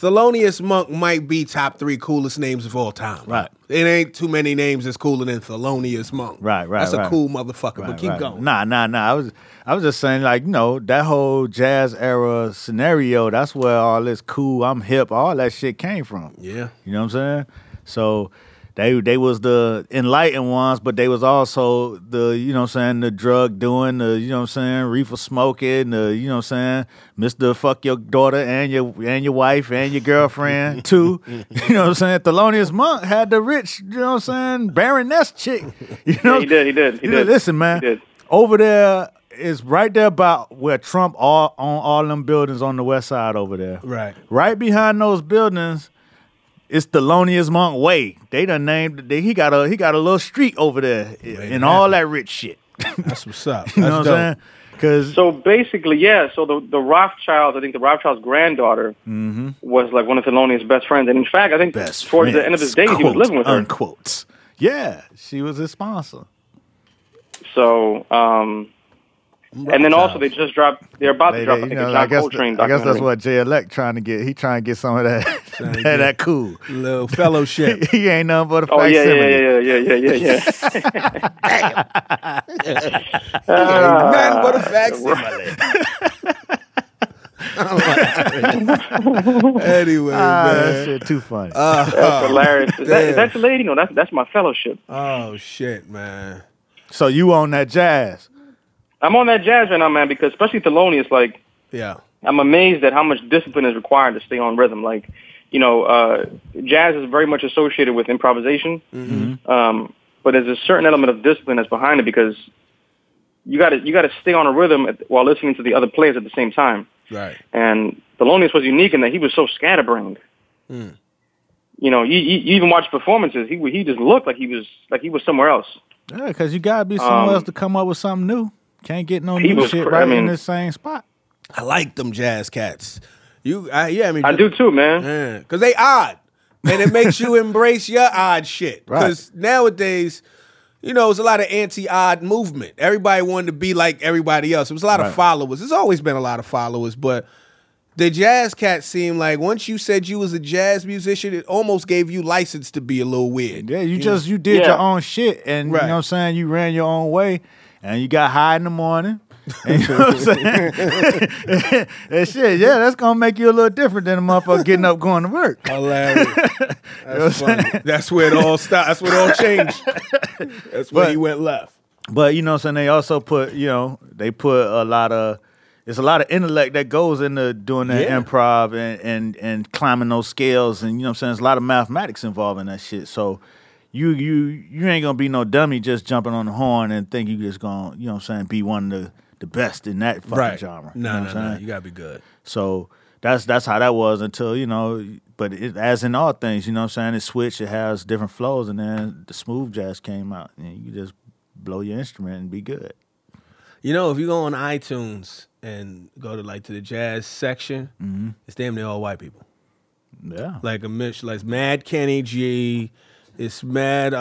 Speaker 3: Thelonious Monk might be top three coolest names of all time.
Speaker 5: Right.
Speaker 3: It ain't too many names that's cooler than Thelonious Monk.
Speaker 5: Right, right,
Speaker 3: That's
Speaker 5: right.
Speaker 3: a cool motherfucker, but keep
Speaker 5: Right.
Speaker 3: going.
Speaker 5: Nah, nah, nah. I was I was just saying, like, you know, that whole jazz era scenario, that's where all this cool, I'm hip, all that shit came from.
Speaker 3: Yeah.
Speaker 5: You know what I'm saying? So they they was the enlightened ones, but they was also the, you know what I'm saying, the drug doing, the, you know what I'm saying, reefer smoking, the, you know what I'm saying, Mr. Fuck your daughter and your and your wife and your girlfriend too. you know what I'm saying? Thelonious Monk had the rich, you know what I'm saying, baroness chick. You know
Speaker 4: Yeah, he did, he did, he
Speaker 5: You know,
Speaker 4: did.
Speaker 5: Listen, man.
Speaker 4: He did.
Speaker 5: Over there is right there about where Trump all on all them buildings on the west side over there.
Speaker 3: Right.
Speaker 5: Right behind those buildings it's Thelonious Monk Way. They done named they, he got a he got a little street over there and all that rich shit. you
Speaker 3: That's what's up. That's
Speaker 5: know what
Speaker 3: dope.
Speaker 5: I'm saying? Cause
Speaker 4: So basically, yeah. So the the Rothschilds, I think the Rothschild's granddaughter was like one of Thelonious' best friends, and in fact, I think
Speaker 5: Mm-hmm. best
Speaker 4: towards
Speaker 5: friends,
Speaker 4: the end of his days, he was
Speaker 5: quote,
Speaker 4: living with her.
Speaker 5: Unquote. Yeah, she was his sponsor.
Speaker 4: So, um, and then also they just dropped. They're about to
Speaker 5: They-
Speaker 4: drop. I
Speaker 5: they- you
Speaker 4: think
Speaker 5: know,
Speaker 4: a
Speaker 5: I
Speaker 4: John
Speaker 5: guess
Speaker 4: Coltrane
Speaker 5: I guess that's
Speaker 4: documentary.
Speaker 5: what Jay Elect trying to get. He trying to get some of that that,
Speaker 3: get-
Speaker 5: that cool.
Speaker 3: Little fellowship.
Speaker 5: He ain't nothing but a
Speaker 4: Oh yeah,
Speaker 5: facsimile.
Speaker 4: yeah, yeah, yeah, yeah, yeah, yeah, yeah.
Speaker 3: Nothing but a facsimile. anyway,
Speaker 5: Ah, that
Speaker 3: man.
Speaker 5: shit too funny.
Speaker 4: That's hilarious.
Speaker 5: Oh,
Speaker 4: Is that, is that your lady? No, that's that's my fellowship.
Speaker 3: Oh shit, man.
Speaker 5: so you on that jazz?
Speaker 4: I'm on that jazz right now, man, because especially Thelonious, like
Speaker 3: Yeah.
Speaker 4: I'm amazed at how much discipline is required to stay on rhythm. Like, you know, uh, jazz is very much associated with improvisation, um, but there's a certain element of discipline that's behind it because you got to you got to stay on a rhythm at, while listening to the other players at the same time.
Speaker 3: Right.
Speaker 4: And Thelonious was unique in that he was so scatterbrained. You know, you, you, you even watch performances. He he just looked like he was like he was somewhere else.
Speaker 5: Yeah, cause you gotta be somewhere
Speaker 4: Um,
Speaker 5: else to come up with something new. Can't get no
Speaker 4: he
Speaker 5: new
Speaker 4: was
Speaker 5: shit
Speaker 4: cra-
Speaker 5: right
Speaker 4: I mean-
Speaker 5: in this same spot.
Speaker 3: I like them jazz cats. You, I, yeah, I mean,
Speaker 4: I do too, man.
Speaker 3: because they odd. and it makes you embrace your odd shit. Because nowadays, you know, it's a lot of anti-odd movement. Everybody wanted to be like everybody else. It was a lot of followers. There's always been a lot of followers, but the jazz cat seemed like once you said you was a jazz musician, it almost gave you license to be a little weird.
Speaker 5: Yeah, you just you did
Speaker 4: Yeah.
Speaker 5: your own shit, and
Speaker 3: Right.
Speaker 5: you know what I'm saying. You ran your own way, and you got high in the morning. And you know what I'm saying? and shit, yeah, that's gonna make you a little different than a motherfucker getting up going to work.
Speaker 3: Hilarious. That's, funny. That's where it all stopped. That's where it all changed. That's where
Speaker 5: But-
Speaker 3: he went left.
Speaker 5: But you know what I'm saying. They also put you know they put a lot of it's a lot of intellect that goes into doing that
Speaker 3: Yeah.
Speaker 5: improv and and and climbing those scales, and you know what I'm saying. There's a lot of mathematics involved in that shit. So. You you you ain't gonna be no dummy just jumping on the horn and think you just gonna you know what I'm saying be one of the, the best in that fucking genre. you
Speaker 3: No,
Speaker 5: know what I'm
Speaker 3: no,
Speaker 5: saying?
Speaker 3: no. You gotta be good.
Speaker 5: So that's that's how that was until you know. But it, as in all things, you know what I'm saying. It switched. It has different flows, and then the smooth jazz came out, and you just blow your instrument and be good.
Speaker 3: You know, if you go on iTunes and go to like to the jazz section,
Speaker 5: Mm-hmm.
Speaker 3: it's damn near all white people.
Speaker 5: Yeah,
Speaker 3: Like a mix, like it's Mad Kenny G. It's mad. Uh,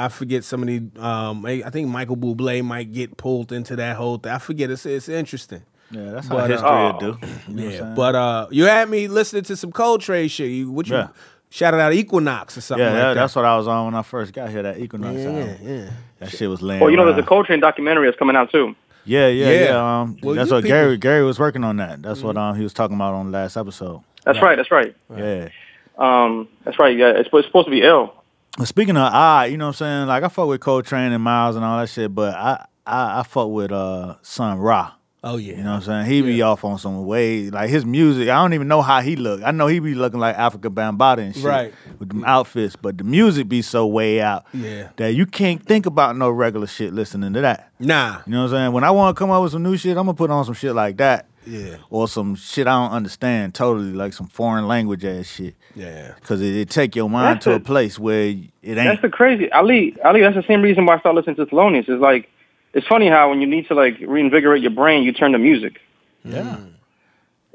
Speaker 3: I forget some of the. Um, I I think Michael Bublé might get pulled into that whole thing. I forget. It's it's interesting.
Speaker 5: yeah. That's how
Speaker 3: But, uh,
Speaker 5: history will do. You know what I'm
Speaker 3: Yeah,
Speaker 5: saying?
Speaker 3: but uh, you had me listening to some Coltrane shit. You, what you
Speaker 5: Yeah.
Speaker 3: shouted out Equinox or something
Speaker 5: yeah,
Speaker 3: like
Speaker 5: that-
Speaker 3: that.
Speaker 5: that's what I was on when I first got here. That Equinox
Speaker 3: yeah,
Speaker 5: album.
Speaker 3: yeah.
Speaker 5: That shit was laying.
Speaker 4: Well, you know, there's a
Speaker 5: around.
Speaker 4: Coltrane documentary that's coming out too.
Speaker 5: Yeah, yeah, yeah.
Speaker 3: Yeah.
Speaker 5: Um,
Speaker 3: Well,
Speaker 5: that's
Speaker 3: you Mm-hmm. people-
Speaker 5: what Gary Gary was working on. That. That's what um he was talking about on the last episode.
Speaker 4: That's right. That's right.
Speaker 5: Yeah.
Speaker 4: Um, that's right. Yeah, it's, it's supposed to be ill.
Speaker 5: But speaking of odd, you know what I'm saying? Like I fuck with Coltrane and Miles and all that shit, but I I, I fuck with uh Son Ra. Uh,
Speaker 3: Oh yeah.
Speaker 5: You know what I'm saying? He be off on some way. Like his music, I don't even know how he look. I know he be looking like Africa Bambata and shit.
Speaker 3: Right.
Speaker 5: With them outfits. But the music be so way out
Speaker 3: Yeah.
Speaker 5: that you can't think about no regular shit listening to that.
Speaker 3: Nah.
Speaker 5: You know what I'm saying? When I want to come up with some new shit, I'm gonna put on some shit like that.
Speaker 3: Yeah.
Speaker 5: Or some shit I don't understand totally, like some foreign language ass shit.
Speaker 3: Yeah.
Speaker 5: Cause it, it take your mind
Speaker 4: That's
Speaker 5: to a
Speaker 4: the-
Speaker 5: place where it ain't.
Speaker 4: That's the crazy Ali. Ali, that's the same reason why I started listening to Thelonious. It's like it's funny how when you need to like reinvigorate your brain, you turn to music.
Speaker 5: yeah.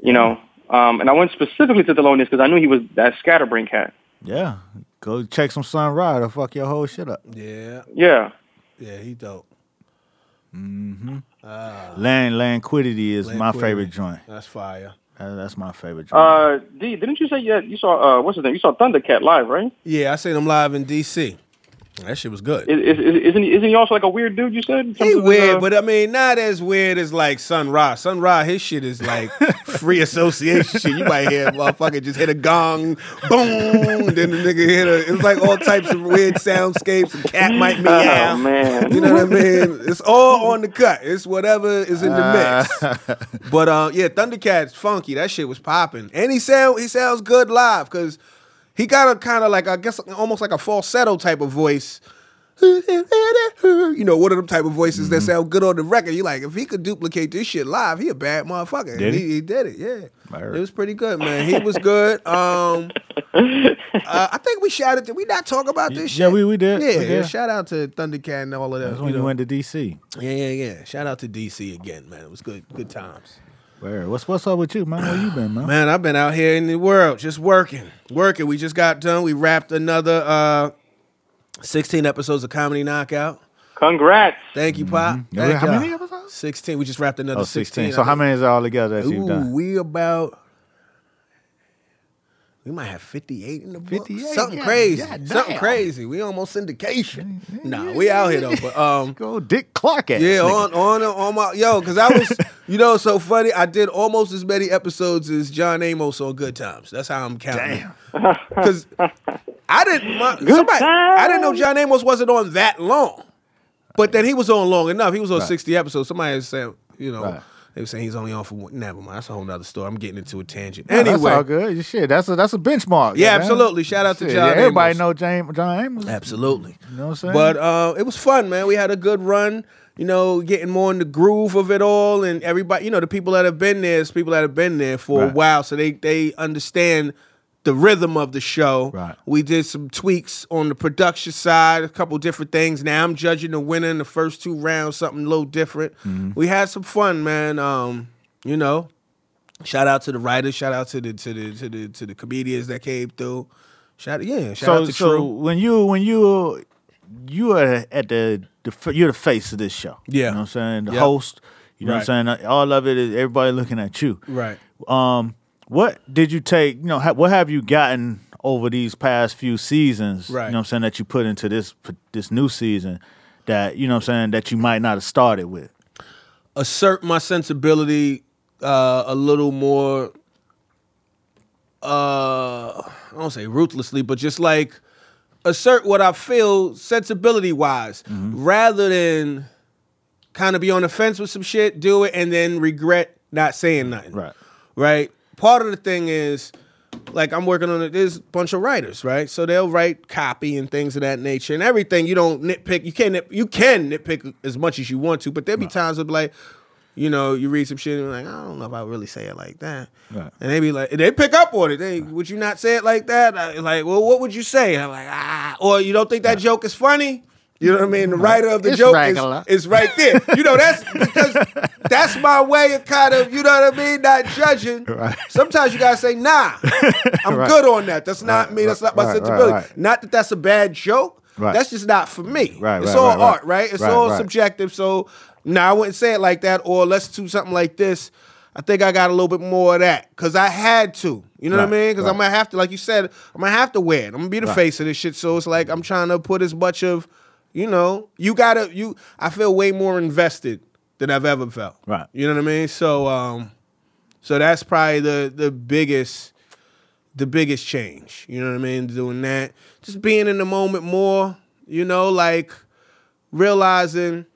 Speaker 4: You know. Um, and I went specifically to Thelonious because I knew he was that scatterbrain cat.
Speaker 5: Yeah. Go check some Sun Ra to fuck your whole shit up.
Speaker 3: Yeah.
Speaker 4: Yeah.
Speaker 3: Yeah. He dope.
Speaker 5: Land Lanquidity is my
Speaker 3: Lanquidity.
Speaker 5: favorite joint.
Speaker 3: That's fire.
Speaker 5: That- That's my favorite joint.
Speaker 4: Uh, D, didn't you say you, had, you saw uh, what's his name? You saw Thundercat live, right?
Speaker 3: Yeah, I seen him live in D.C. That shit was good.
Speaker 4: Is, is, is, isn't he, isn't he also like a weird dude? You said in terms
Speaker 3: He
Speaker 4: of his,
Speaker 3: weird,
Speaker 4: uh,
Speaker 3: but I mean, not as weird as like Sun Ra. Sun Ra, his shit is like free association shit. You might hear a motherfucker just hit a gong, boom, then the nigga hit a. It's like all types of weird soundscapes. A cat might
Speaker 4: oh
Speaker 3: meow.
Speaker 4: man,
Speaker 3: You know what I mean? It's all on the cut. It's whatever is in the mix. But uh, yeah, Thundercat's funky. That shit was popping, and he sound he sounds good live because he got a kind of like I guess almost like a falsetto type of voice. You know, one of them type of voices
Speaker 5: Mm-hmm.
Speaker 3: that sound good on the record. You like if he could duplicate this shit live, he a bad motherfucker.
Speaker 5: Did he?
Speaker 3: he did it. Yeah,
Speaker 5: I heard.
Speaker 3: it was pretty good, man. He was good. Um, uh, I think we shouted. Did we not talk about this
Speaker 5: yeah,
Speaker 3: shit?
Speaker 5: we- we did.
Speaker 3: Yeah,
Speaker 5: We
Speaker 3: yeah,
Speaker 5: did.
Speaker 3: shout out to Thundercat and all of that.
Speaker 5: That's when
Speaker 3: you
Speaker 5: you
Speaker 3: know.
Speaker 5: went to DC.
Speaker 3: Yeah, yeah, yeah. Shout out to DC again, man. It was good, good times.
Speaker 5: Where? What's what's up with you, man? Where you been, man?
Speaker 3: Man, I've been out here in the world just working, working. We just got done. We wrapped another uh, sixteen episodes of Comedy Knockout.
Speaker 4: congrats!
Speaker 3: Thank you, Pop.
Speaker 5: Yeah,
Speaker 3: Thank
Speaker 5: Mm-hmm. how
Speaker 3: y'all.
Speaker 5: many episodes?
Speaker 3: Sixteen. We just wrapped another
Speaker 5: Oh,
Speaker 3: 16.
Speaker 5: 16. So
Speaker 3: I
Speaker 5: how
Speaker 3: think-
Speaker 5: many is it all together that you've
Speaker 3: Ooh,
Speaker 5: done?
Speaker 3: we about. We might have 58 in the book.
Speaker 5: 58?
Speaker 3: Something
Speaker 5: God-
Speaker 3: crazy.
Speaker 5: goddamn.
Speaker 3: Something crazy. We almost syndication. nah, we out here though. But um
Speaker 5: Go Dick Clark ass.
Speaker 3: Yeah,
Speaker 5: nigga.
Speaker 3: on on on my yo, because I was you know it's so funny. I did almost as many episodes as John Amos on Good Times. That's how I'm counting. Because I didn't my, somebody I didn't know John Amos wasn't on that long, but then he was on long enough. He was on sixty episodes. Somebody was saying you know.
Speaker 5: Right.
Speaker 3: They were saying he's only on for one. Never mind. That's a whole nother story. I'm getting into a tangent.
Speaker 5: Yeah,
Speaker 3: Anyway,
Speaker 5: That's all good. You- Shit, that's a that's a benchmark.
Speaker 3: Yeah,
Speaker 5: goddamn.
Speaker 3: absolutely. Shout out to
Speaker 5: Shit,
Speaker 3: John
Speaker 5: yeah, everybody
Speaker 3: Amos.
Speaker 5: know James, John Amos.
Speaker 3: Absolutely.
Speaker 5: You know what I'm saying?
Speaker 3: But uh, it was fun, man. We had a good run, you know, getting more in the groove of it all. And everybody, you know, the people that have been there is people that have been there for a
Speaker 5: Right.
Speaker 3: while. So they, they understand the rhythm of the show.
Speaker 5: Right.
Speaker 3: We did some tweaks on the production side, a couple different things. Now I'm judging the winner in the first two rounds, something a little different.
Speaker 5: Mm-hmm.
Speaker 3: We had some fun, man. Um, you know, shout out to the writers, shout out to the to the to the to the comedians that came through. Shout yeah, shout out
Speaker 5: So
Speaker 3: to
Speaker 5: so
Speaker 3: True.
Speaker 5: when you when you you are at the, the f- you're the face of this show.
Speaker 3: Yeah.
Speaker 5: you know what I'm saying the
Speaker 3: Yep.
Speaker 5: host. You know what I'm saying? All of it is everybody looking at you.
Speaker 3: Right.
Speaker 5: Um, what did you take? You know, ha- what have you gotten over these past few seasons?
Speaker 3: Right.
Speaker 5: You know what I'm saying that you put into this this new season that you know what I'm saying that you might not have started with.
Speaker 3: assert my sensibility uh, a little more. Uh, I don't say ruthlessly, but just like assert what I feel sensibility wise, rather than kind of be on the fence with some shit, do it, and then regret not saying nothing. Right. Part of the thing is like I'm working on it. There's a bunch of writers, right? So they'll write copy and things of that nature and everything. You don't nitpick. You can't. Nit, you can nitpick as much as you want to, but there'll be times of like, you know, you read some shit and you're like, I don't know if I really say it like that.
Speaker 5: Right.
Speaker 3: And they be like, they pick up on it. They would you not say it like that? I- like, well, what would you say? I'm like, ah, or you don't think that joke is funny. You know what I mean? The writer of the
Speaker 5: It's
Speaker 3: joke
Speaker 5: regular.
Speaker 3: is, is right there. You know, that's because that's my way of kind of, you know what I mean, not judging.
Speaker 5: Right.
Speaker 3: Sometimes you gotta say, nah, I'm
Speaker 5: Right.
Speaker 3: good on that. That's not me. That's not my
Speaker 5: right, right,
Speaker 3: sensibility.
Speaker 5: right.
Speaker 3: Not that that's a bad joke.
Speaker 5: Right.
Speaker 3: That's just not for me.
Speaker 5: Right,
Speaker 3: it's
Speaker 5: right,
Speaker 3: all
Speaker 5: right, right.
Speaker 3: art, right? It's
Speaker 5: Right,
Speaker 3: all
Speaker 5: right.
Speaker 3: subjective. So nah, I wouldn't say it like that. Or let's do something like this. I think I got a little bit more of that because I had to. You know what I
Speaker 5: Right,
Speaker 3: mean? Because I'm
Speaker 5: right.
Speaker 3: gonna have to, like you said, I'm gonna have to wear it. I'm gonna be the face of this shit. So it's like I'm trying to put as much of, you know, you gotta, you. I feel way more invested than I've ever felt.
Speaker 5: Right.
Speaker 3: You know what I mean? So, um, so that's probably the the biggest the biggest change. You know what I mean? Doing that, just being in the moment more. You know, like realizing,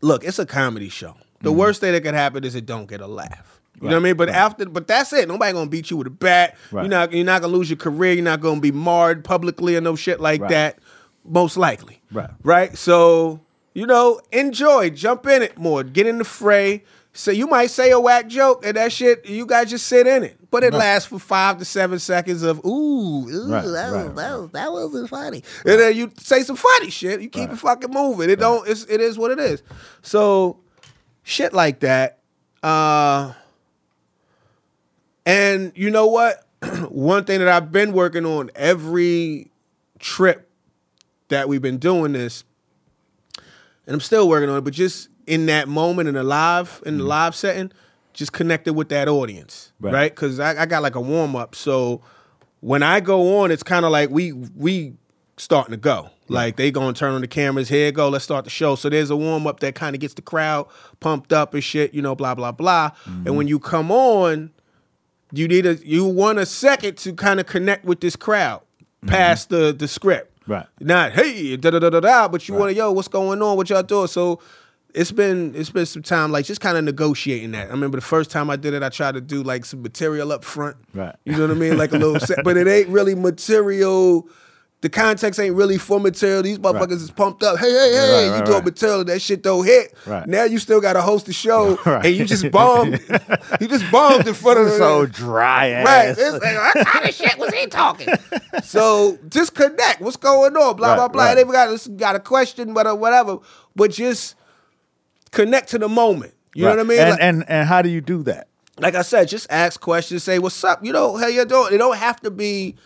Speaker 3: look, it's a comedy show. The
Speaker 5: Mm-hmm.
Speaker 3: worst thing that could happen is it don't get a laugh. You know what I mean? But after, but that's it. Nobody gonna beat you with a bat. You're
Speaker 5: Right.
Speaker 3: not, you're not gonna lose your career. You're not gonna be marred publicly or no shit like
Speaker 5: Right.
Speaker 3: that. Most likely.
Speaker 5: Right.
Speaker 3: Right. So you know, enjoy, jump in it more, get in the fray. So you might say a whack joke, and that shit you guys just sit in it, but it lasts for five to seven seconds of ooh, ooh,
Speaker 5: Right,
Speaker 3: that,
Speaker 5: right,
Speaker 3: was, that, was, that wasn't funny, and then you say some funny shit. You keep it fucking moving. It don't. It's, it is what it is. So shit like that. Uh, and you know what? One thing that I've been working on every trip that we've been doing this, and I'm still working on it, but just in that moment in the live in the live setting, just connected with that audience,
Speaker 5: Right.
Speaker 3: right? Because I, I got like a warm up, so when I go on, it's kind of like we we starting to go. Like they gonna turn on the cameras. Here it go. Let's start the show. So there's a warm up that kind of gets the crowd pumped up and shit. You know, blah blah blah. And when you come on, you need a you want a second to kind of connect with this crowd past the the script.
Speaker 5: Mm-hmm. Right.
Speaker 3: Not hey da da da da da, but you want to yo what's going on? What y'all doing? So it's been it's been some time like just kind of negotiating that. I remember the first time I did it, I tried to do like some material up front.
Speaker 5: Right.
Speaker 3: You know what I mean? Like a little set, but it ain't really material. The context ain't really for material. These motherfuckers is pumped up. Hey, hey, hey,
Speaker 5: Right,
Speaker 3: you
Speaker 5: right,
Speaker 3: doing
Speaker 5: right.
Speaker 3: material, that shit don't hit.
Speaker 5: Right.
Speaker 3: Now you still gotta host the show
Speaker 5: Right.
Speaker 3: and you just bombed. you just bombed in front of the
Speaker 5: So dry
Speaker 3: Right.
Speaker 5: ass.
Speaker 3: It's like, what kind of shit was he talking? So just connect. What's going on? Blah
Speaker 5: Right,
Speaker 3: blah blah.
Speaker 5: right.
Speaker 3: They've got this- got a question, whatever, whatever. But just connect to the moment. You know
Speaker 5: Right.
Speaker 3: what I mean?
Speaker 5: And
Speaker 3: Like-
Speaker 5: and and how do you do that?
Speaker 3: like I said, just ask questions, say what's up, you know, how you doing. It don't have to be,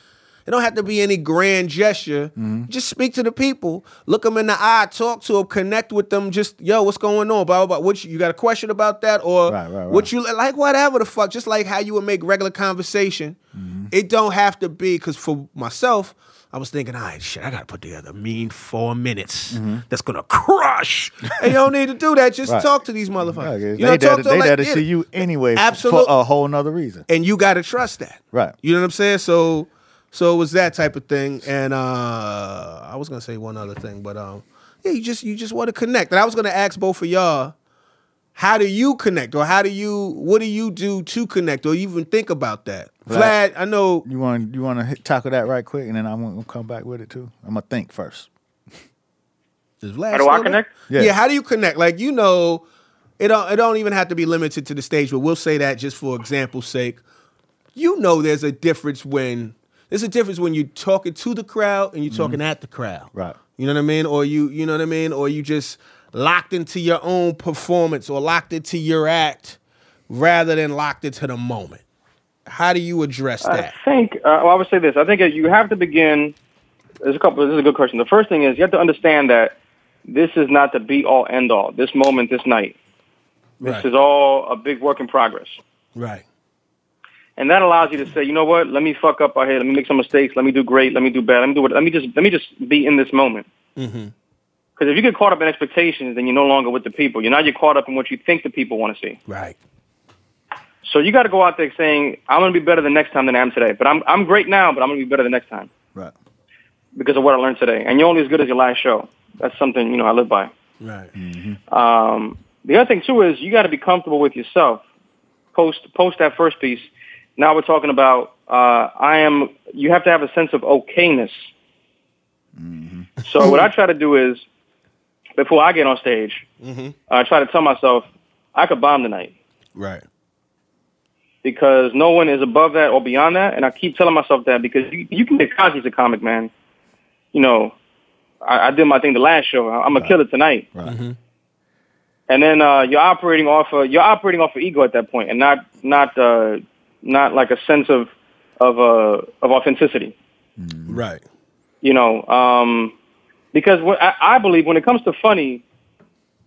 Speaker 3: it don't have to be any grand gesture.
Speaker 5: Mm-hmm.
Speaker 3: Just speak to the people, look them in the eye, talk to them, connect with them. Just yo, what's going on? Blah blah. blah. What you, you got a question about that or
Speaker 5: Right, right, right.
Speaker 3: what you like? Whatever the fuck. Just like how you would make regular conversation.
Speaker 5: Mm-hmm.
Speaker 3: It don't have to be because for myself. I was thinking, all right, shit, I gotta put together a mean four minutes that's gonna crush. and you don't need to do that. Just
Speaker 5: Mm-hmm. Right.
Speaker 3: talk to these motherfuckers.
Speaker 5: Okay,
Speaker 3: You know,
Speaker 5: they
Speaker 3: talk
Speaker 5: there,
Speaker 3: to them
Speaker 5: they
Speaker 3: like,
Speaker 5: there to
Speaker 3: yeah.
Speaker 5: see you anyway
Speaker 3: Absolute-
Speaker 5: for a whole nother reason.
Speaker 3: and you got to trust that
Speaker 5: Right.
Speaker 3: you know what i'm saying so so it was that type of thing and uh i was gonna say one other thing but um yeah you just you just want to connect and i was gonna ask both of y'all how do you connect or how do you what do you do to connect or even think about that vlad,
Speaker 5: Vlad.
Speaker 3: i know
Speaker 5: You want you want to hit, tackle that right quick, and then I'm gonna come back with it too. I'm gonna think first.
Speaker 3: is vlad
Speaker 4: How do
Speaker 3: still
Speaker 4: I
Speaker 3: there?
Speaker 4: connect?
Speaker 3: yeah.
Speaker 5: Yeah.
Speaker 3: how do you connect like you know it don't it don't even have to be limited to the stage but we'll say that just for example's sake you know there's a difference when there's a difference when you're talking to the crowd and you're talking at the crowd.
Speaker 5: Right.
Speaker 3: You know what I mean? Or you you know what I mean? Or you just locked into your own performance or locked into your act rather than locked into the moment. How do you address
Speaker 4: I
Speaker 3: that?
Speaker 4: think uh, well, I would say this. I think that you have to begin. There's a couple. This is a good question. The first thing is you have to understand that this is not the be all end all. This moment, this night, this
Speaker 3: Right.
Speaker 4: is all a big work in progress,
Speaker 3: Right.
Speaker 4: and that allows you to say, you know what? Let me fuck up out here. Let me make some mistakes. Let me do great. Let me do bad. Let me do what? Let me just let me just be in this moment. Because if you get caught up in expectations, then you're no longer with the people. You're now you're caught up in what you think the people want to see.
Speaker 3: Right.
Speaker 4: So you got to go out there saying, I'm going to be better the next time than I am today. But I'm, I'm great now, but I'm going to be better the next time.
Speaker 5: Right.
Speaker 4: Because of what I learned today. And you're only as good as your last show. That's something, you know, I live by.
Speaker 3: Right.
Speaker 4: Um, the other thing, too, is you got to be comfortable with yourself. Post, post that first piece. Now we're talking about, uh, I am, you have to have a sense of okayness. So what I try to do is, before I get on stage, I try to tell myself, I could bomb tonight.
Speaker 3: Right.
Speaker 4: because no one is above that or beyond that. And I keep telling myself that because you, you can get cocky as a comic, man. You know, I, I did my thing the last show. I, I'm a killer tonight.
Speaker 5: Right.
Speaker 4: And then uh, you're operating off of you're operating off of ego at that point, and not not uh, not like a sense of of uh, of authenticity.
Speaker 3: Right.
Speaker 4: You know, um, because when, I, I believe when it comes to funny,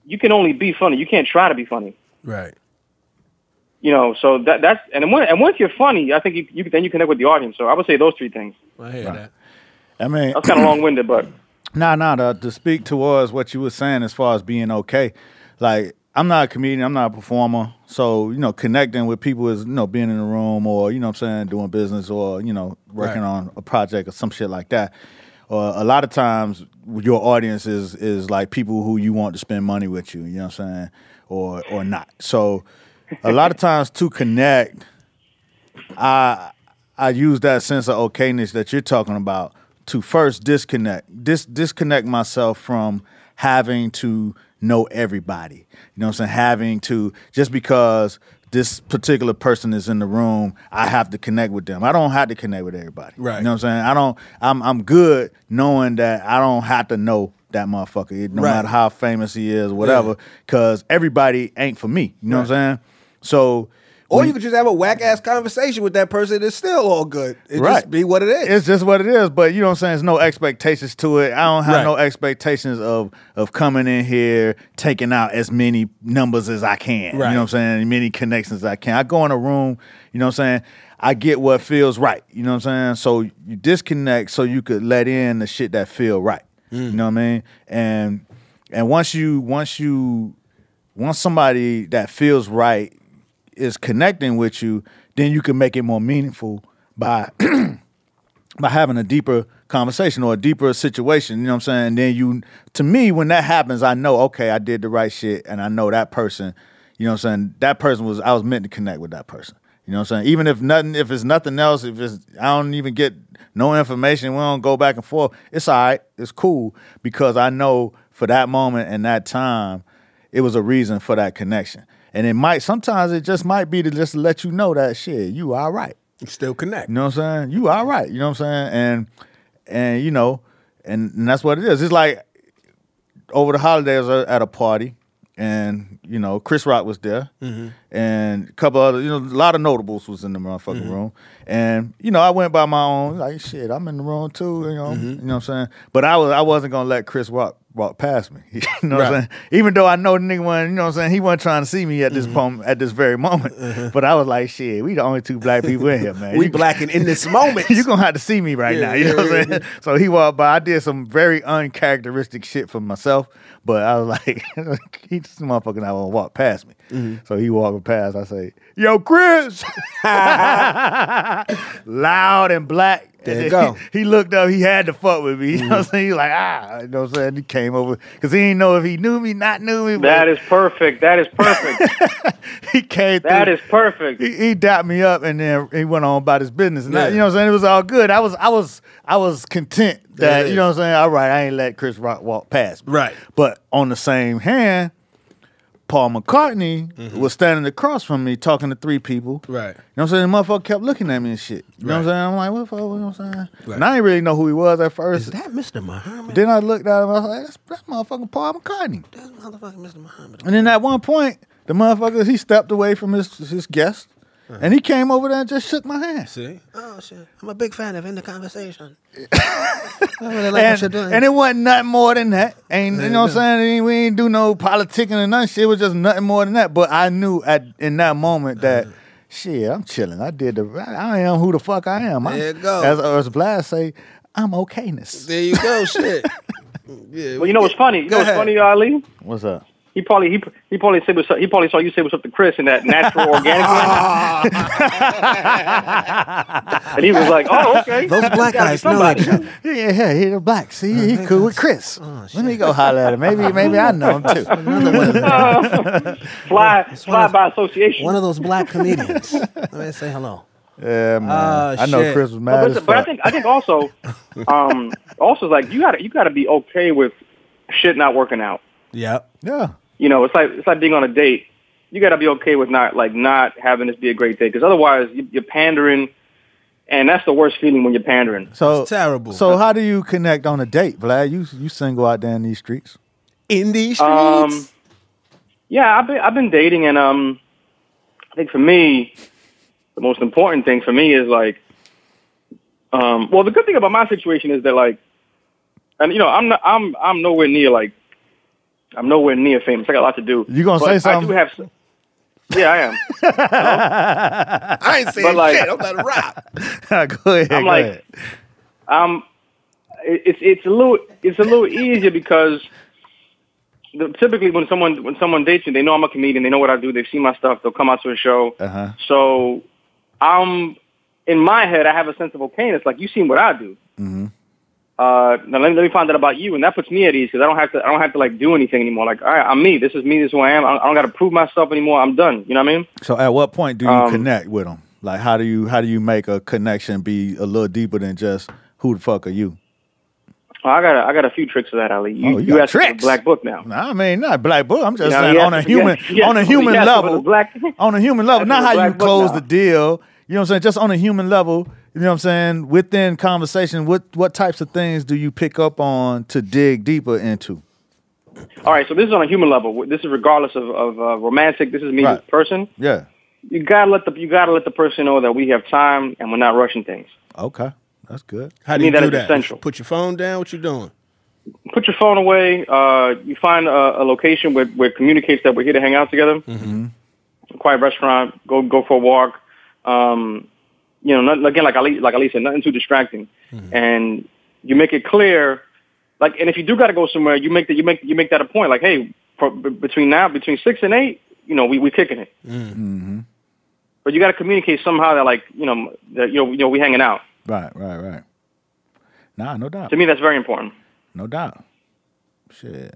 Speaker 4: you can only be funny. You can't try to be funny.
Speaker 3: Right.
Speaker 4: You know, so that that's and then when, and once you're funny, I think you, you then you connect with the audience. So I would say those three things.
Speaker 3: I hear that.
Speaker 5: I mean,
Speaker 4: That's kind of long winded, but
Speaker 5: No, no, to, to speak towards what you were saying as far as being okay. Like, I'm not a comedian, I'm not a performer. So, you know, connecting with people is, you know, being in the room or, you know what I'm saying, doing business or, you know, working
Speaker 3: Right.
Speaker 5: on a project or some shit like that. Or a lot of times your audience is is like people who you want to spend money with you, you know what I'm saying? Or or not. So a lot of times to connect I use that sense of okayness that you're talking about to first disconnect, dis- disconnect myself from having to know everybody. You know what I'm saying? Having to just because this particular person is in the room, I have to connect with them. I don't have to connect with everybody.
Speaker 3: Right.
Speaker 5: You know what I'm saying? I don't. I'm I'm good knowing that I don't have to know that motherfucker. It- No
Speaker 3: Right.
Speaker 5: matter how famous he is, whatever, because everybody ain't for me. You know what I'm saying? So.
Speaker 3: Or
Speaker 5: when-
Speaker 3: you could just have a whack ass conversation with that person. It's still all good. It just
Speaker 5: Right.
Speaker 3: be what it is.
Speaker 5: It's just what it is, but you know what I'm saying? There's no expectations to it. I don't have
Speaker 3: Right.
Speaker 5: no expectations of of coming in here, taking out as many numbers as I can.
Speaker 3: Right.
Speaker 5: You know what I'm saying? Many connections as I can. I go in a room, you know what I'm saying? I get what feels right. You know what I'm saying? So you disconnect so you could let in the shit that feel right.
Speaker 3: Mm.
Speaker 5: You know what I mean? And and once you once you once somebody that feels right is connecting with you, then you can make it more meaningful by by having a deeper conversation or a deeper situation. You know what I'm saying? And then you, to me, when that happens, I know, okay, I did the right shit and I know that person, you know what I'm saying? That person was, I was meant to connect with that person. You know what I'm saying? Even if nothing, if it's nothing else, if it's, I don't even get no information, we don't go back and forth, it's all right, it's cool because I know for that moment and that time, it was a reason for that connection. And it might, sometimes it just might be to just let you know that shit, you all right.
Speaker 3: still connect.
Speaker 5: You know what I'm saying? You all right. You know what I'm saying? And and you know, and, and that's what it is. It's like over the holidays I was at a party, and you know Chris Rock was there,
Speaker 3: Mm-hmm.
Speaker 5: and a couple other, you know, a lot of notables was in the motherfucking room, and you know I went by my own. Like shit, I'm in the room too. You know,
Speaker 3: Mm-hmm.
Speaker 5: you know what I'm saying? But I was I wasn't gonna let Chris Rock walk past me. you know what I'm
Speaker 3: Right.
Speaker 5: saying? Even though I know the nigga wasn't, you know what I'm saying? He wasn't trying to see me at
Speaker 3: Mm-hmm.
Speaker 5: this moment, at this very moment. But I was like, shit, we the only two black people in here, man.
Speaker 3: Uh-huh. We
Speaker 5: You-
Speaker 3: blacking in this moment.
Speaker 5: you're gonna have to see me right
Speaker 3: Yeah,
Speaker 5: now. You know
Speaker 3: yeah,
Speaker 5: what I'm saying? So he walked by. I did some very uncharacteristic shit for myself, but I was like, he this motherfucker not gonna walk past me.
Speaker 3: Mm-hmm.
Speaker 5: So he walking past. I say, Yo, Chris, loud and black.
Speaker 3: There
Speaker 5: And
Speaker 3: you
Speaker 5: then
Speaker 3: go. Mm-hmm.
Speaker 5: He, he looked up. He had to fuck with me. You know what I'm saying? He like ah, you know what I'm saying? He came over because he didn't know if he knew me, not knew me.
Speaker 4: That
Speaker 5: But
Speaker 4: is perfect. That is perfect.
Speaker 5: he came.
Speaker 4: that
Speaker 5: through
Speaker 4: is perfect.
Speaker 5: he, he dapped me up and then he went on about his business. And I-
Speaker 3: Yeah.
Speaker 5: you know what I'm saying? It was all good. I was I was I was content
Speaker 3: There it
Speaker 5: that you know what I'm saying, all right, I ain't let Chris Rock walk past me.
Speaker 3: Right.
Speaker 5: But on the same hand, Paul McCartney was standing across from me talking to three people.
Speaker 3: Mm-hmm. Right.
Speaker 5: You know what I'm saying? The motherfucker kept looking at me and shit. You know what I'm
Speaker 3: Right.
Speaker 5: saying? I'm like, what the fuck? You know what I'm saying?
Speaker 3: Right.
Speaker 5: And I didn't really know who he was at first.
Speaker 3: Is that Mr. Muhammad?
Speaker 5: then I looked at him, I was like, that's, that's motherfucking Paul McCartney.
Speaker 3: That motherfucking Mr. Muhammad.
Speaker 5: And then at one point, the motherfucker he stepped away from his his guest, And he came over there and just shook my hand.
Speaker 3: See? Oh shit! I'm a big fan of in the conversation.
Speaker 6: I really like what
Speaker 5: and,
Speaker 6: you're doing.
Speaker 5: and it wasn't nothing more than that. Ain't you know what
Speaker 3: no.
Speaker 5: I'm saying? We ain't do no politicking and nothing. Shit it was just nothing more than that. But I knew at in that moment that
Speaker 6: Uh-huh.
Speaker 5: shit, I'm chilling. I did the. I, I am who the fuck I am. I,
Speaker 3: There you go.
Speaker 5: As as Blast say, I'm okayness.
Speaker 3: There you go. shit. Yeah.
Speaker 4: Well, you know what's funny? You know what's
Speaker 3: ahead.
Speaker 4: funny, Ali?
Speaker 5: What's up?
Speaker 4: He probably he he probably said what's up, he probably saw you say what's up to Chris in that natural organic way. and he was like, "Oh, okay."
Speaker 6: Those black
Speaker 4: Gotta be
Speaker 6: guys know each
Speaker 4: somebody.
Speaker 6: other.
Speaker 5: Yeah, yeah, he the black. See, he
Speaker 6: Uh-huh.
Speaker 5: cool with Chris.
Speaker 6: Oh,
Speaker 5: Let me go holler at him. Maybe, maybe I know him too.
Speaker 4: Fly fly by association.
Speaker 6: One of those black comedians. Let me say hello.
Speaker 5: Yeah, man.
Speaker 6: Ah,
Speaker 5: I know
Speaker 6: shit.
Speaker 5: Chris was mad
Speaker 4: but,
Speaker 5: as
Speaker 4: but I
Speaker 5: fuck.
Speaker 4: think I think also, um, also like you gotta you gotta be okay with shit not working out.
Speaker 3: Yep.
Speaker 5: yeah,
Speaker 4: You know, it's like it's like being on a date. You gotta be okay with not like not having this be a great date because otherwise you, you're pandering, and that's the worst feeling when you're pandering.
Speaker 5: so
Speaker 3: It's terrible.
Speaker 5: So how do you connect on a date, Vlad? You you single out there in these streets?
Speaker 3: In these streets.
Speaker 4: Um, yeah, I've been I've been dating, and um, I think for me, the most important thing for me is like, um, well, the good thing about my situation is that like, and you know, I'm not, I'm I'm nowhere near like, I'm nowhere near famous. I got a lot to do.
Speaker 5: You gonna
Speaker 4: But
Speaker 5: say
Speaker 4: I
Speaker 5: something?
Speaker 4: do have. s- Yeah, I am.
Speaker 3: I ain't saying
Speaker 4: but, like-
Speaker 3: shit. I'm about to rock.
Speaker 5: go ahead. go
Speaker 4: I'm like,
Speaker 5: ahead.
Speaker 4: um, it- it's it's a little it's a little easier because the, typically when someone when someone dates me, they know I'm a comedian, they know what I do, they've seen my stuff, they'll come out to a show.
Speaker 5: Uh-huh.
Speaker 4: So I'm in my head, I have a sense of okayness. Like you've seen what I do.
Speaker 5: Mm-hmm.
Speaker 4: Uh, now let me, let me find out about you, and that puts me at ease because I don't have to I don't have to like do anything anymore. Like all right, I'm me. This is me. This is who I am. I don't, I don't got to prove myself anymore. I'm done. You know what I mean?
Speaker 5: So at what point do you
Speaker 4: Um,
Speaker 5: connect with them? Like how do you how do you make a connection be a little deeper than just who the fuck are you?
Speaker 4: Well, I got a, I got a few tricks for that, Ali. You
Speaker 5: Oh, you
Speaker 4: you
Speaker 5: got
Speaker 4: asked me for the
Speaker 5: tricks.
Speaker 4: black book now.
Speaker 5: I mean, not black book. I'm just
Speaker 4: No,
Speaker 5: saying
Speaker 4: he
Speaker 5: on a
Speaker 4: asked- he
Speaker 5: human
Speaker 4: asked- he
Speaker 5: on a
Speaker 4: asked- he
Speaker 5: human
Speaker 4: asked for the
Speaker 5: level.
Speaker 4: black-
Speaker 5: on a human level,
Speaker 4: asked
Speaker 5: not
Speaker 4: for the
Speaker 5: how you
Speaker 4: black book
Speaker 5: close
Speaker 4: now.
Speaker 5: the deal. You know what I'm saying? Just on a human level. You know what I'm saying? Within conversation, what what types of things do you pick up on to dig deeper into?
Speaker 4: All right, so this is on a human level. This is regardless of, of uh, romantic. This is me,
Speaker 5: Right.
Speaker 4: as a person.
Speaker 5: Yeah.
Speaker 4: You gotta let the you gotta let the person know that we have time and we're not rushing things.
Speaker 5: Okay. That's good.
Speaker 3: How do
Speaker 4: Me,
Speaker 3: you
Speaker 4: that
Speaker 3: do
Speaker 4: is
Speaker 3: that?
Speaker 4: essential.
Speaker 3: Put your phone down. What you doing?
Speaker 4: Put your phone away. Uh, you find a, a location where, where it communicates that we're here to hang out together. A quiet restaurant. Go go for a walk. Um, you know, not, again, like Ali, like Ali said, nothing too distracting. And you make it clear, like, and if you do got to go somewhere, you make that you make you make that a point. Like, hey, for, b- between now between six and eight, you know, we we kicking it. But you got to communicate somehow that like you know that you know, you know we hanging out.
Speaker 5: Right, right, right. Nah, no doubt.
Speaker 4: To me, that's very important.
Speaker 5: No doubt. Shit.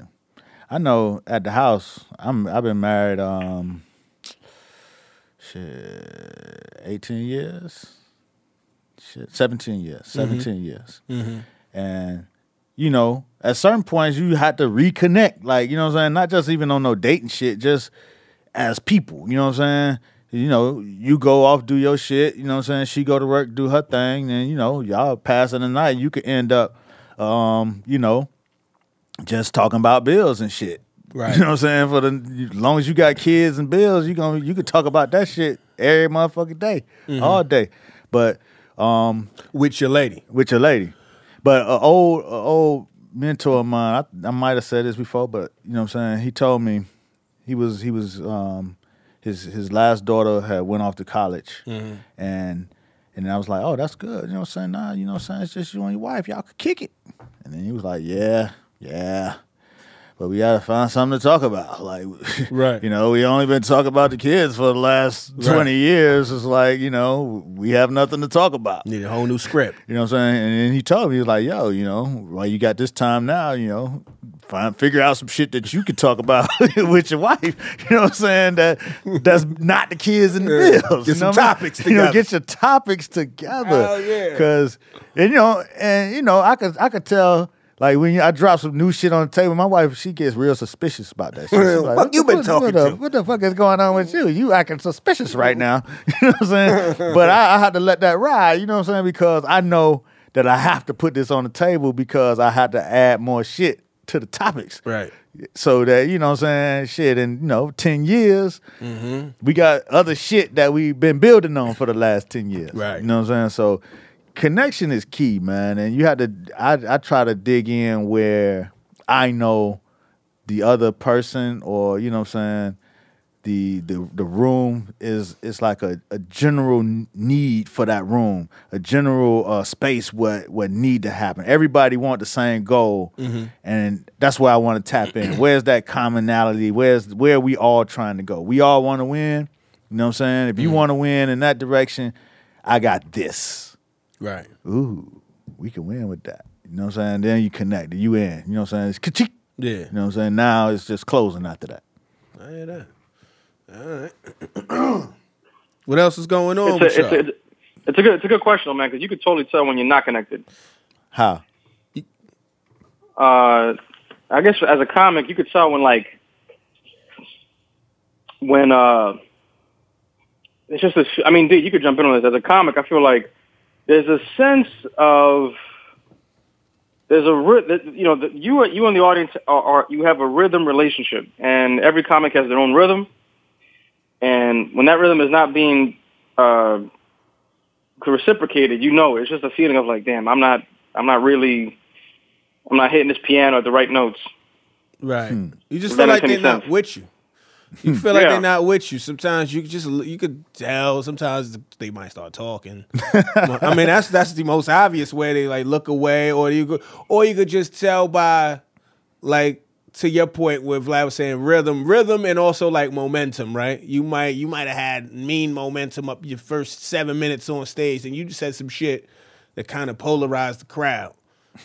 Speaker 5: I know at the house, I'm I've been married um shit 18 years. Shit, 17 years. 17 years. And you know, at certain points you had to reconnect. Like, you know what I'm saying? Not just even on no dating shit, just as people. You know what I'm saying? You know, you go off, do your shit. You know what I'm saying? She go to work, do her thing, and you know, y'all passing the night. You could end up, um, you know, just talking about bills and shit.
Speaker 3: Right.
Speaker 5: You know what I'm saying? For the as long as you got kids and bills, you gonna you could talk about that shit every motherfucking day, all day. But um,
Speaker 3: With your lady.
Speaker 5: with your lady. But a old a old mentor of mine, I, I might have said this before, but you know what I'm saying. He told me he was he was um his his last daughter had went off to college, and and I was like, oh, that's good. You know what I'm saying? Nah, you know what I'm saying. It's just you and your wife. Y'all could kick it. And then he was like, yeah, yeah. But we gotta find something to talk about. Like,
Speaker 3: Right.
Speaker 5: You know, we only been talking about the kids for the last twenty years. It's like, you know, we have nothing to talk about.
Speaker 3: Need a whole new script.
Speaker 5: You know what I'm saying? And then he told me, he was like, yo, you know, well, you got this time now, you know, find figure out some shit that you could talk about with your wife. You know what I'm saying? That that's not the kids and the
Speaker 3: Yeah.
Speaker 5: bills.
Speaker 3: Get
Speaker 5: you know
Speaker 3: some
Speaker 5: what I mean?
Speaker 3: topics
Speaker 5: You know,
Speaker 3: together.
Speaker 5: get your topics together.
Speaker 3: Hell yeah.
Speaker 5: Cause and you know, and you know, I could I could tell like when I drop some new shit on the table, my wife she gets real suspicious about that shit. She's
Speaker 3: Fuck
Speaker 5: like, "What the
Speaker 3: you been
Speaker 5: fuck-
Speaker 3: talking
Speaker 5: what the-
Speaker 3: to?"
Speaker 5: what the fuck is going on
Speaker 3: Mm.
Speaker 5: with you? You acting suspicious right now. You know what I'm saying? but I, I had to let that ride, you know what I'm saying? Because I know that I have to put this on the table because I had to add more shit to the topics.
Speaker 3: Right.
Speaker 5: So that, you know what I'm saying? Shit, in, you know, 10 years,
Speaker 3: Mm-hmm.
Speaker 5: we got other shit that we've been building on for the last 10 years.
Speaker 3: Right.
Speaker 5: You know what I'm saying? So connection is key, man. And you have to, I, I try to dig in where I know the other person or, you know what I'm saying? The, the the room is it's like a, a general n- need for that room a general uh, space what what need to happen everybody want the same goal and that's where I want to tap in where's that commonality where's where we all trying to go we all want to win you know what I'm saying if you want to win in that direction I got this
Speaker 3: Right.
Speaker 5: ooh, we can win with that. You know what I'm saying? Then you connect, you in. You know what I'm saying? It's ka You
Speaker 3: Yeah.
Speaker 5: know what I'm saying? Now it's just closing after that.
Speaker 3: I hear that. All right. what else is going on
Speaker 4: It's a,
Speaker 3: with y'all?
Speaker 4: it's, a, it's a good it's a good question, man, because you could totally tell when you're not connected.
Speaker 5: How?
Speaker 4: uh, I guess as a comic, you could tell when like when uh, it's just a. sh- I mean, dude, you could jump in on this as a comic. I feel like there's a sense of there's a ry- that, you know that you you and the audience are, are you have a rhythm relationship, and every comic has their own rhythm, and when that rhythm is not being uh, reciprocated, you know it. it's just a feeling of like, damn, I'm not I'm not really I'm not hitting this piano at the right notes.
Speaker 3: Right. You just feel
Speaker 4: Does that
Speaker 3: like
Speaker 4: make
Speaker 3: they're
Speaker 4: any
Speaker 3: not
Speaker 4: sense?
Speaker 3: with you. You feel like
Speaker 4: Yeah.
Speaker 3: they're not with you. Sometimes you could just you could tell. Sometimes they might start talking. I mean, that's that's the most obvious way they like look away, or you could or you could just tell by like to your point where Vlad was saying rhythm, rhythm, and also like momentum. Right? You might you might have had mean momentum up your first seven minutes on stage, and you just said some shit that kind of polarized the crowd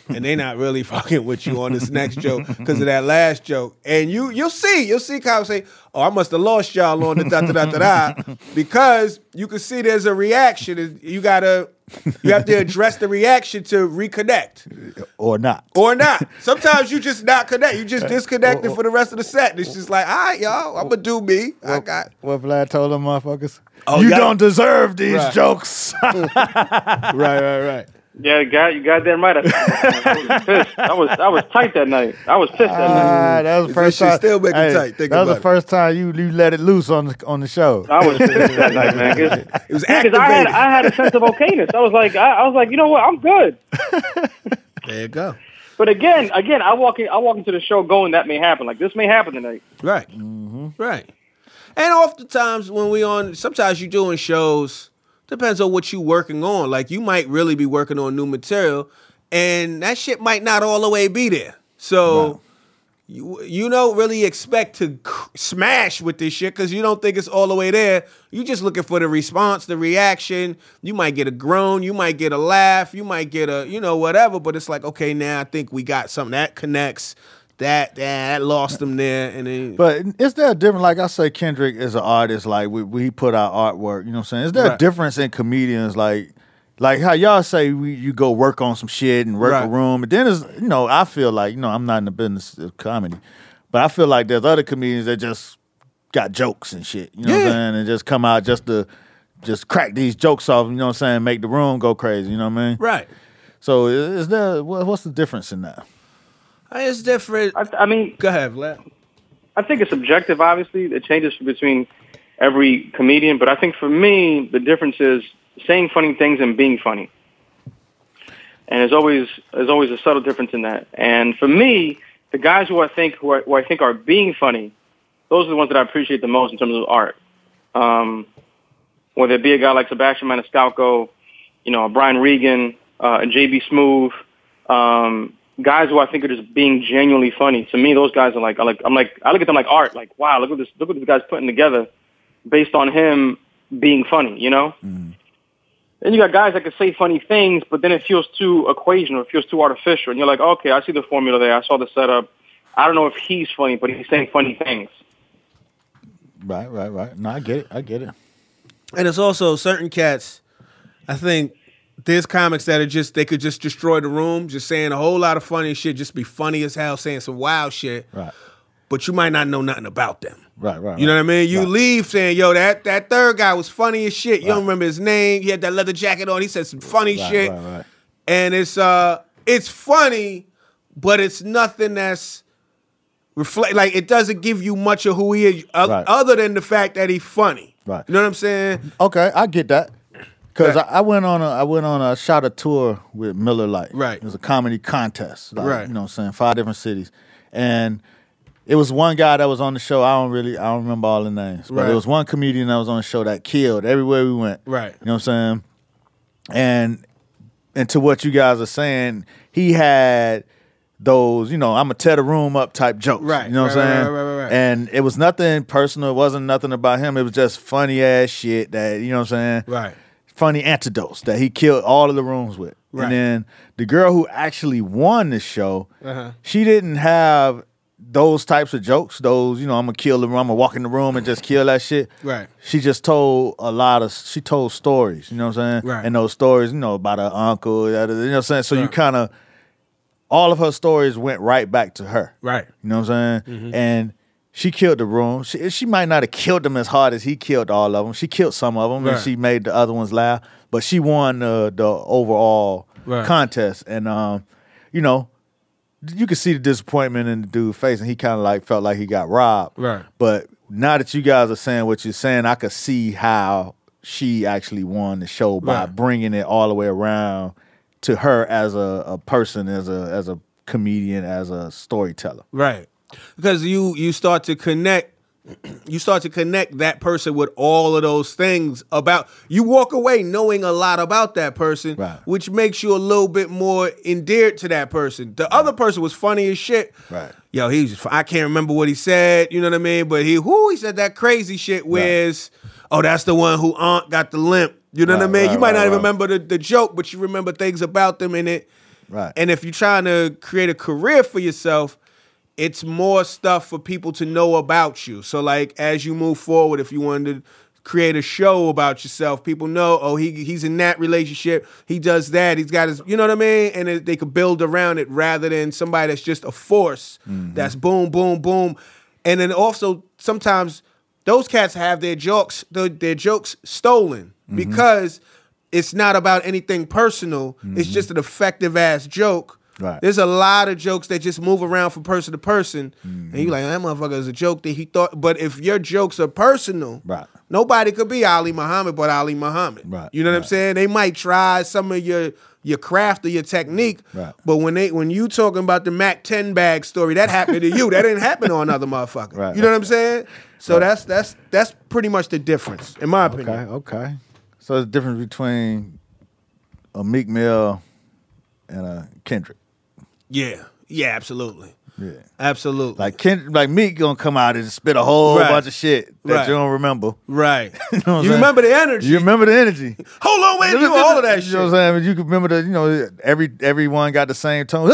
Speaker 3: and they not really fucking with you on this next joke because of that last joke. And you you'll see, you'll see Kyle say, Oh, I must have lost y'all on the da da da da da because you can see there's a reaction. and You gotta you have to address the reaction to reconnect.
Speaker 5: Or not?
Speaker 3: Or not. Sometimes you just not connect. You just disconnected for the rest of the set. And it's just like, all right, y'all, I'ma do me. I got
Speaker 5: What Vlad told them motherfuckers?
Speaker 3: Oh,
Speaker 5: you
Speaker 3: yeah.
Speaker 5: don't deserve these
Speaker 3: Right.
Speaker 5: jokes.
Speaker 3: Right, right, right.
Speaker 4: Yeah, God, you goddamn right. I, I was pissed. I was I was tight that night. I was pissed that night.
Speaker 5: Ah, that was the first
Speaker 3: shit
Speaker 5: time.
Speaker 3: still make 'em tight. Think
Speaker 5: that was
Speaker 3: about
Speaker 5: the
Speaker 3: it.
Speaker 5: first time you, you let it loose on the, on the show.
Speaker 4: I was pissed that night, man. Because
Speaker 3: It was
Speaker 4: I had
Speaker 3: activated.
Speaker 4: I had a sense of okayness. I was like I, I was like, you know what, I'm good.
Speaker 3: there you go.
Speaker 4: But again, again, I walk in I walk into the show going that may happen. Like this may happen tonight.
Speaker 3: Right. Right. And oftentimes when we on, sometimes you doing shows. Depends on what you working on. Like you might really be working on new material, and that shit might not all the way be there. So. You, you don't really expect to k- smash with this shit because you don't think it's all the way there. You just looking for the response, the reaction. You might get a groan, you might get a laugh, you might get a you know whatever. But it's like okay, now I think we got something that connects. That that lost them there, and then
Speaker 5: But is there a difference? Like I say, Kendrick is an artist. Like we, we put out artwork. You know what I'm saying? Is there a
Speaker 3: Right.
Speaker 5: difference in comedians? Like like how y'all say we, you go work on some shit and work
Speaker 3: Right.
Speaker 5: a room. But then is you know I feel like you know I'm not in the business of comedy, but I feel like there's other comedians that just got jokes and shit. You know what
Speaker 3: Yeah.
Speaker 5: I'm saying? And just come out just to just crack these jokes off. You know what I'm saying? Make the room go crazy. You know what I mean?
Speaker 3: right.
Speaker 5: So i- is there what, what's the difference in that?
Speaker 3: It's different.
Speaker 4: I, I mean,
Speaker 3: Go ahead, Vlad.
Speaker 4: I think it's subjective. Obviously, it changes between every comedian. But I think for me, the difference is saying funny things and being funny. And there's always there's always a subtle difference in that. And for me, the guys who I think who I, who I think are being funny, those are the ones that I appreciate the most in terms of art. Um, whether it be a guy like Sebastian Maniscalco, you know, Brian Regan, uh, JB Smoove, um, guys who I think are just being genuinely funny. To me, those guys are like, I like, I'm like, I look at them like art. Like, wow, look at this, look what this guy's putting together, based on him being funny. You know. Then you got guys that can say funny things, but then it feels too equational. It feels too artificial, and you're like, okay, I see the formula there. I saw the setup. I don't know if he's funny, but he's saying funny things.
Speaker 5: Right, right, right. No, I get it. I get it.
Speaker 3: And it's also certain cats. I think there's comics that are just they could just destroy the room, just saying a whole lot of funny shit, just be funny as hell, saying some wild shit.
Speaker 5: Right,
Speaker 3: But you might not know nothing about them.
Speaker 5: right, right.
Speaker 3: You know what I
Speaker 5: right.
Speaker 3: mean? You
Speaker 5: Right.
Speaker 3: leave saying, "Yo, that that third guy was funny as shit." You don't remember his name. He had that leather jacket on. He said some funny
Speaker 5: Right,
Speaker 3: shit,
Speaker 5: right, right.
Speaker 3: and it's uh, it's funny, but it's nothing that's reflect like it doesn't give you much of who he is o-
Speaker 5: Right.
Speaker 3: other than the fact that he's funny.
Speaker 5: Right.
Speaker 3: You know what I'm saying?
Speaker 5: Okay, I get that. Cause I, I went on a I went on a shot a tour with Miller Lite.
Speaker 3: Right.
Speaker 5: It was a comedy contest. like,
Speaker 3: Right.
Speaker 5: You know what I'm saying? Five different cities. And it was one guy that was on the show. I don't really I don't remember all the names. But
Speaker 3: Right.
Speaker 5: there was one comedian that was on the show that killed everywhere we went.
Speaker 3: Right.
Speaker 5: You know what I'm saying? And and to what you guys are saying, he had those, you know, I'm a tear the room up type jokes.
Speaker 3: Right,
Speaker 5: You know what
Speaker 3: right,
Speaker 5: I'm
Speaker 3: right,
Speaker 5: saying?
Speaker 3: right, right, right, right.
Speaker 5: And it was nothing personal. It wasn't nothing about him. It was just funny ass shit that, you know what I'm saying?
Speaker 3: Right.
Speaker 5: Funny antidotes that he killed all of the rooms with.
Speaker 3: Right.
Speaker 5: And then the girl who actually won the show,
Speaker 3: Uh-huh.
Speaker 5: she didn't have those types of jokes, those, you know, I'm gonna kill the room, I'm gonna walk in the room and just kill that shit.
Speaker 3: Right.
Speaker 5: She just told a lot of she told stories, you know what I'm saying?
Speaker 3: Right.
Speaker 5: And those stories, you know, about her uncle, yada, you know what I'm saying? So you
Speaker 3: Right.
Speaker 5: kind of all of her stories went right back to her.
Speaker 3: Right.
Speaker 5: You know what I'm saying?
Speaker 3: Mm-hmm.
Speaker 5: And she killed the room. She, she might not have killed them as hard as he killed all of them. She killed some of them
Speaker 3: Right.
Speaker 5: and she made the other ones laugh. But she won uh, the overall
Speaker 3: Right.
Speaker 5: contest. And, um, you know, you could see the disappointment in the dude's face and he kind of like felt like he got robbed.
Speaker 3: Right.
Speaker 5: But now that you guys are saying what you're saying, I could see how she actually won the show by
Speaker 3: Right.
Speaker 5: bringing it all the way around to her as a, a person, as a as a comedian, as a storyteller.
Speaker 3: Right. Because you you start to connect you start to connect that person with all of those things about you walk away knowing a lot about that person
Speaker 5: Right.
Speaker 3: which makes you a little bit more endeared to that person the other person was funny as shit
Speaker 5: Right.
Speaker 3: yo he was just, i can't remember what he said you know what i mean but he who he said that crazy shit where's oh that's the one who aunt got the limp you know what i
Speaker 5: Right,
Speaker 3: mean
Speaker 5: right,
Speaker 3: you might
Speaker 5: right,
Speaker 3: not even
Speaker 5: right.
Speaker 3: remember the, the joke but you remember things about them and it
Speaker 5: Right.
Speaker 3: and if you're trying to create a career for yourself, it's more stuff for people to know about you. So like as you move forward, if you wanted to create a show about yourself, people know, oh, he he's in that relationship, he does that, he's got his, you know what I mean? And it, they could build around it rather than somebody that's just a force that's boom, boom, boom. And then also sometimes those cats have their jokes, their, their jokes stolen because it's not about anything personal. It's just an effective ass joke.
Speaker 5: Mm-hmm. Right.
Speaker 3: There's a lot of jokes that just move around from person to person, and
Speaker 5: Mm-hmm.
Speaker 3: you're like, that motherfucker is a joke that he thought. But if your jokes are personal,
Speaker 5: Right.
Speaker 3: nobody could be Ali Muhammad but Ali Muhammad.
Speaker 5: Right,
Speaker 3: You know what I'm
Speaker 5: right.
Speaker 3: saying? They might try some of your your craft or your technique,
Speaker 5: Right.
Speaker 3: but when they when you talking about the Mac Ten bag story, that happened to you. That didn't happen to another motherfucker.
Speaker 5: Right,
Speaker 3: You know
Speaker 5: right,
Speaker 3: what I'm saying? So that's that's that's pretty much the difference, in my opinion.
Speaker 5: Okay, okay. So the difference between a Meek Mill and a Kendrick.
Speaker 3: Yeah. Yeah, absolutely.
Speaker 5: Yeah.
Speaker 3: Absolutely.
Speaker 5: Like Kend- like Meek gonna come out and spit a whole
Speaker 3: Right.
Speaker 5: bunch of shit that
Speaker 3: Right.
Speaker 5: you don't remember.
Speaker 3: right. you
Speaker 5: know what I'm saying?
Speaker 3: remember the energy.
Speaker 5: You remember the energy.
Speaker 3: Hold on, wait, you all of that
Speaker 5: You know what
Speaker 3: shit.
Speaker 5: I'm saying? You can remember the, you know, every everyone got the same tone.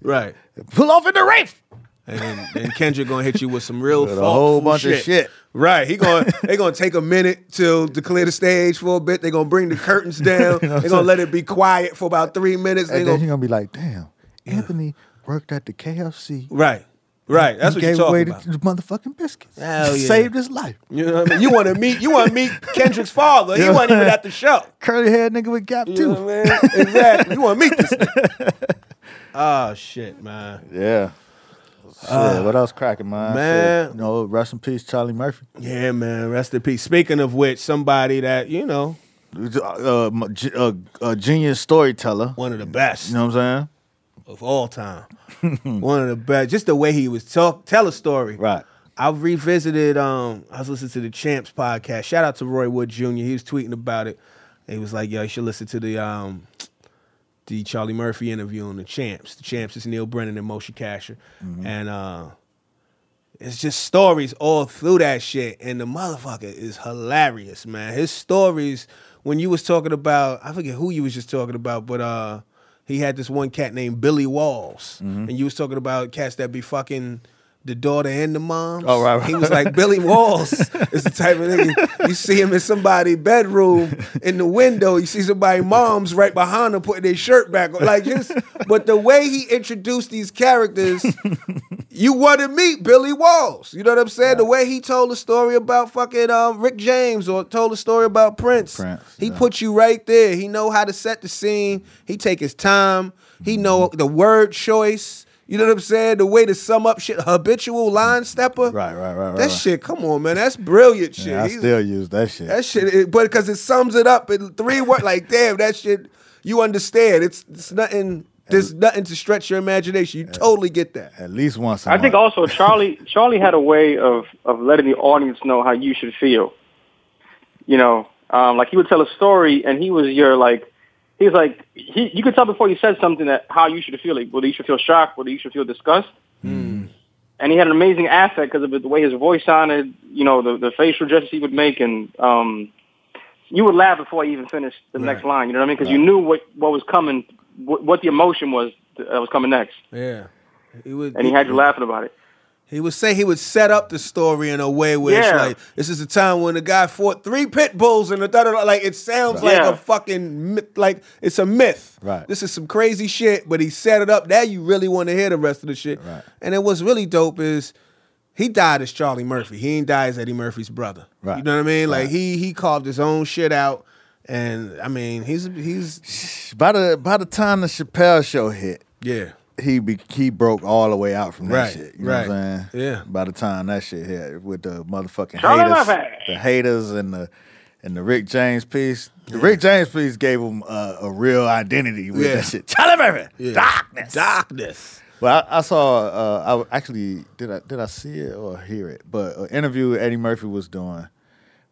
Speaker 3: Right.
Speaker 5: Pull off in the rafe.
Speaker 3: And, then- and Kendrick gonna hit you with some real
Speaker 5: With a
Speaker 3: thoughtful
Speaker 5: whole bunch of
Speaker 3: shit.
Speaker 5: shit.
Speaker 3: Right. He going they gonna take a minute to, to clear the stage for a bit. They gonna bring the curtains down. they gonna let it be quiet for about three minutes. They
Speaker 5: And then
Speaker 3: gonna,
Speaker 5: you're gonna be like, damn, Anthony worked at the KFC.
Speaker 3: right. Right. That's
Speaker 5: he
Speaker 3: what you're
Speaker 5: gave
Speaker 3: talking
Speaker 5: away
Speaker 3: about.
Speaker 5: the, the motherfucking biscuits.
Speaker 6: Hell yeah.
Speaker 5: Saved his life.
Speaker 3: you know what I mean? You wanna meet you wanna meet Kendrick's father. He wasn't even at the show.
Speaker 5: Curly haired nigga with gap
Speaker 3: You know
Speaker 5: tooth.
Speaker 3: what I mean? Exactly. You wanna meet this nigga. Oh shit, man.
Speaker 5: Yeah. Shit, what else cracking, man?
Speaker 3: man.
Speaker 5: Shit, you know, rest in peace, Charlie Murphy.
Speaker 3: Yeah, man. Rest in peace. Speaking of which, somebody that you know,
Speaker 5: Uh, my ge- uh, a genius storyteller.
Speaker 3: one of the best
Speaker 5: You know what I'm saying?
Speaker 3: of all time. one of the best. Just the way he was talk, tell a story.
Speaker 5: Right.
Speaker 3: I revisited. Um, I was listening to the Champs podcast. Shout out to Roy Wood Jr. He was tweeting about it. He was like, "Yo, you should listen to the um, the Charlie Murphy interview on the Champs. The Champs is Neil Brennan and Moshe Kasher, and uh, it's just stories all through that shit. And the motherfucker is hilarious, man. His stories. When you was talking about, I forget who you was just talking about, but uh, he had this one cat named Billy Walls,
Speaker 5: Mm-hmm.
Speaker 3: and you was talking about cats that be fucking. The daughter and the moms.
Speaker 5: Oh, right, right.
Speaker 3: He was like Billy Walls is the type of nigga you see him in somebody's bedroom in the window. You see somebody mom's right behind him putting their shirt back on. Like just, but the way he introduced these characters, you want to meet Billy Walls. You know what I'm saying? The way he told the story about fucking um, Rick James or told the story about Prince.
Speaker 5: Prince,
Speaker 3: he put you right there. He know how to set the scene. He take his time.
Speaker 5: Mm-hmm.
Speaker 3: He know the word choice. You know what I'm saying? The way to sum up shit, habitual line stepper.
Speaker 5: Right, right, right, right,
Speaker 3: That
Speaker 5: right.
Speaker 3: shit, come on, man. That's brilliant shit.
Speaker 5: I
Speaker 3: He's-
Speaker 5: still use that shit.
Speaker 3: that shit, it, but because it sums it up in three words, like damn, that shit, you understand. It's it's nothing. There's nothing to stretch your imagination. You totally get that.
Speaker 5: At least once. A
Speaker 4: I think
Speaker 5: month.
Speaker 4: also Charlie Charlie had a way of of letting the audience know how you should feel. You know, um, like he would tell a story, and he was your like, he was like he. You could tell before he said something that how you should feel, like whether you should feel shocked, whether you should feel disgust. And he had an amazing affect because of the way his voice sounded. You know, the the facial gestures he would make, and um, you would laugh before he even finished the next line. You know what I mean? Because you knew what what was coming, what, what the emotion was that was coming next,
Speaker 3: Yeah, he would.
Speaker 4: and he had you laughing about it.
Speaker 3: He would say he would set up the story in a way where it's
Speaker 4: Yeah.
Speaker 3: like this is the time when the guy fought three pit bulls and the da da da. Like it sounds like
Speaker 4: Yeah.
Speaker 3: a fucking myth, like it's a myth.
Speaker 5: Right.
Speaker 3: This is some crazy shit, but he set it up. Now you really want to hear the rest of the shit.
Speaker 5: Right.
Speaker 3: And then what's really dope is he died as Charlie Murphy. He ain't died as Eddie Murphy's brother.
Speaker 5: Right.
Speaker 3: You know what I mean? Like he he carved his own shit out. And I mean, he's he's
Speaker 5: by the by the time the Chappelle show hit,
Speaker 3: yeah.
Speaker 5: he be, he broke all the way out from that
Speaker 3: Right,
Speaker 5: shit. You know what I'm
Speaker 3: right.
Speaker 5: saying?
Speaker 3: Yeah.
Speaker 5: By the time that shit hit with the motherfucking
Speaker 4: Charlie
Speaker 5: haters,
Speaker 4: Murphy.
Speaker 5: the haters and the and the Rick James piece. The Rick James piece gave him a, a real identity with
Speaker 3: Yeah.
Speaker 5: that shit. Charlie Murphy, darkness.
Speaker 3: Darkness.
Speaker 5: Well, I, I saw. Uh, I w- actually did. I did I see it or hear it? But an interview Eddie Murphy was doing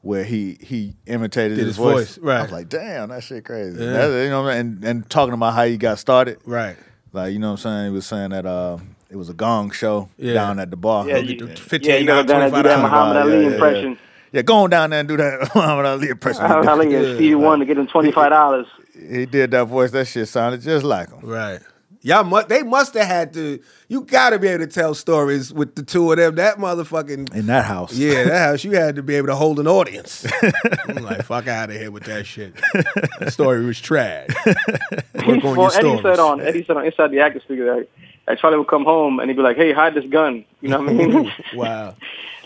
Speaker 5: where he he imitated
Speaker 3: Did his
Speaker 5: his,
Speaker 3: voice,
Speaker 5: voice.
Speaker 3: right.
Speaker 5: I was like, damn, that shit crazy. That- you know, what I mean? and and talking about how he got started.
Speaker 3: Right.
Speaker 5: Like you know what I'm saying? He was saying that uh, it was a gong show
Speaker 3: Yeah.
Speaker 5: down at the bar.
Speaker 4: Yeah,
Speaker 5: Talking
Speaker 4: you,
Speaker 3: the
Speaker 4: yeah,
Speaker 3: 15,
Speaker 4: you gotta do that, do that
Speaker 3: $25
Speaker 4: Muhammad
Speaker 5: about-
Speaker 4: Ali
Speaker 5: yeah, yeah,
Speaker 4: impression.
Speaker 5: Yeah. yeah, go on down there and do that Muhammad Ali impression.
Speaker 4: Muhammad Ali and Stevie Wonder getting twenty five dollars.
Speaker 5: He did that voice. That shit sounded just like him.
Speaker 3: Right. Y'all must they must have had to you gotta be able to tell stories with the two of them. That motherfucking
Speaker 5: In that house.
Speaker 3: Yeah, that house you had to be able to hold an audience. I'm like, fuck out of here with that shit. The story was trash. Work on your
Speaker 4: Eddie
Speaker 3: stories.
Speaker 4: said on Eddie said on Inside the Actors figure that, that Charlie would come home and he'd be like, "Hey, hide this gun." You know what I mean?
Speaker 3: Wow.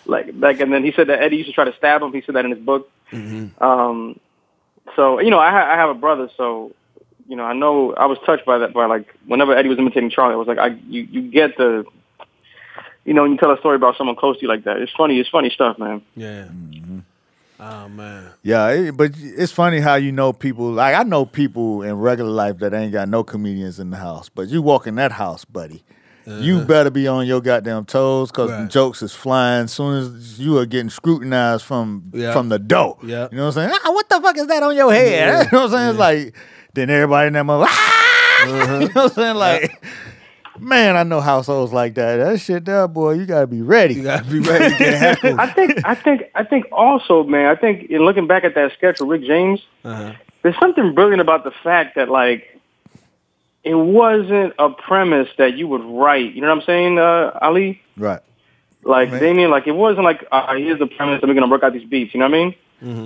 Speaker 4: like like, and then he said that Eddie used to try to stab him. He said that in his book.
Speaker 3: Mm-hmm.
Speaker 4: Um, so you know, I, ha- I have a brother, so you know, I know I was touched by that. By like, whenever Eddie was imitating Charlie, I was like, I you you get the. You know, when you tell a story about someone close to you like that, it's funny. It's funny stuff, man.
Speaker 3: Yeah. Oh man.
Speaker 5: Yeah, it, but it's funny how you know people. Like I know people in regular life that ain't got no comedians in the house, but you walk in that house, buddy. You better be on your goddamn toes because
Speaker 3: Uh-huh. Right.
Speaker 5: jokes is flying. Soon as you are getting scrutinized from
Speaker 3: Yeah.
Speaker 5: from the dough,
Speaker 3: Yeah.
Speaker 5: you know what I'm saying? Ah, what the fuck is that on your head? You know what I'm saying? It's like then everybody in that mother, ah!
Speaker 3: Uh-huh.
Speaker 5: you know what I'm saying? Like, man, I know households like that. That shit there, boy, you gotta be ready.
Speaker 3: You gotta be ready to get heckled.
Speaker 4: I think I think I think also, man. I think in looking back at that sketch with Rick James,
Speaker 5: Uh-huh.
Speaker 4: there's something brilliant about the fact that like it wasn't a premise that you would write. You know what I'm saying, uh, Ali?
Speaker 5: right
Speaker 4: Like Damien, like it wasn't like uh, here's the premise and we're gonna work out these beats. You know what I mean?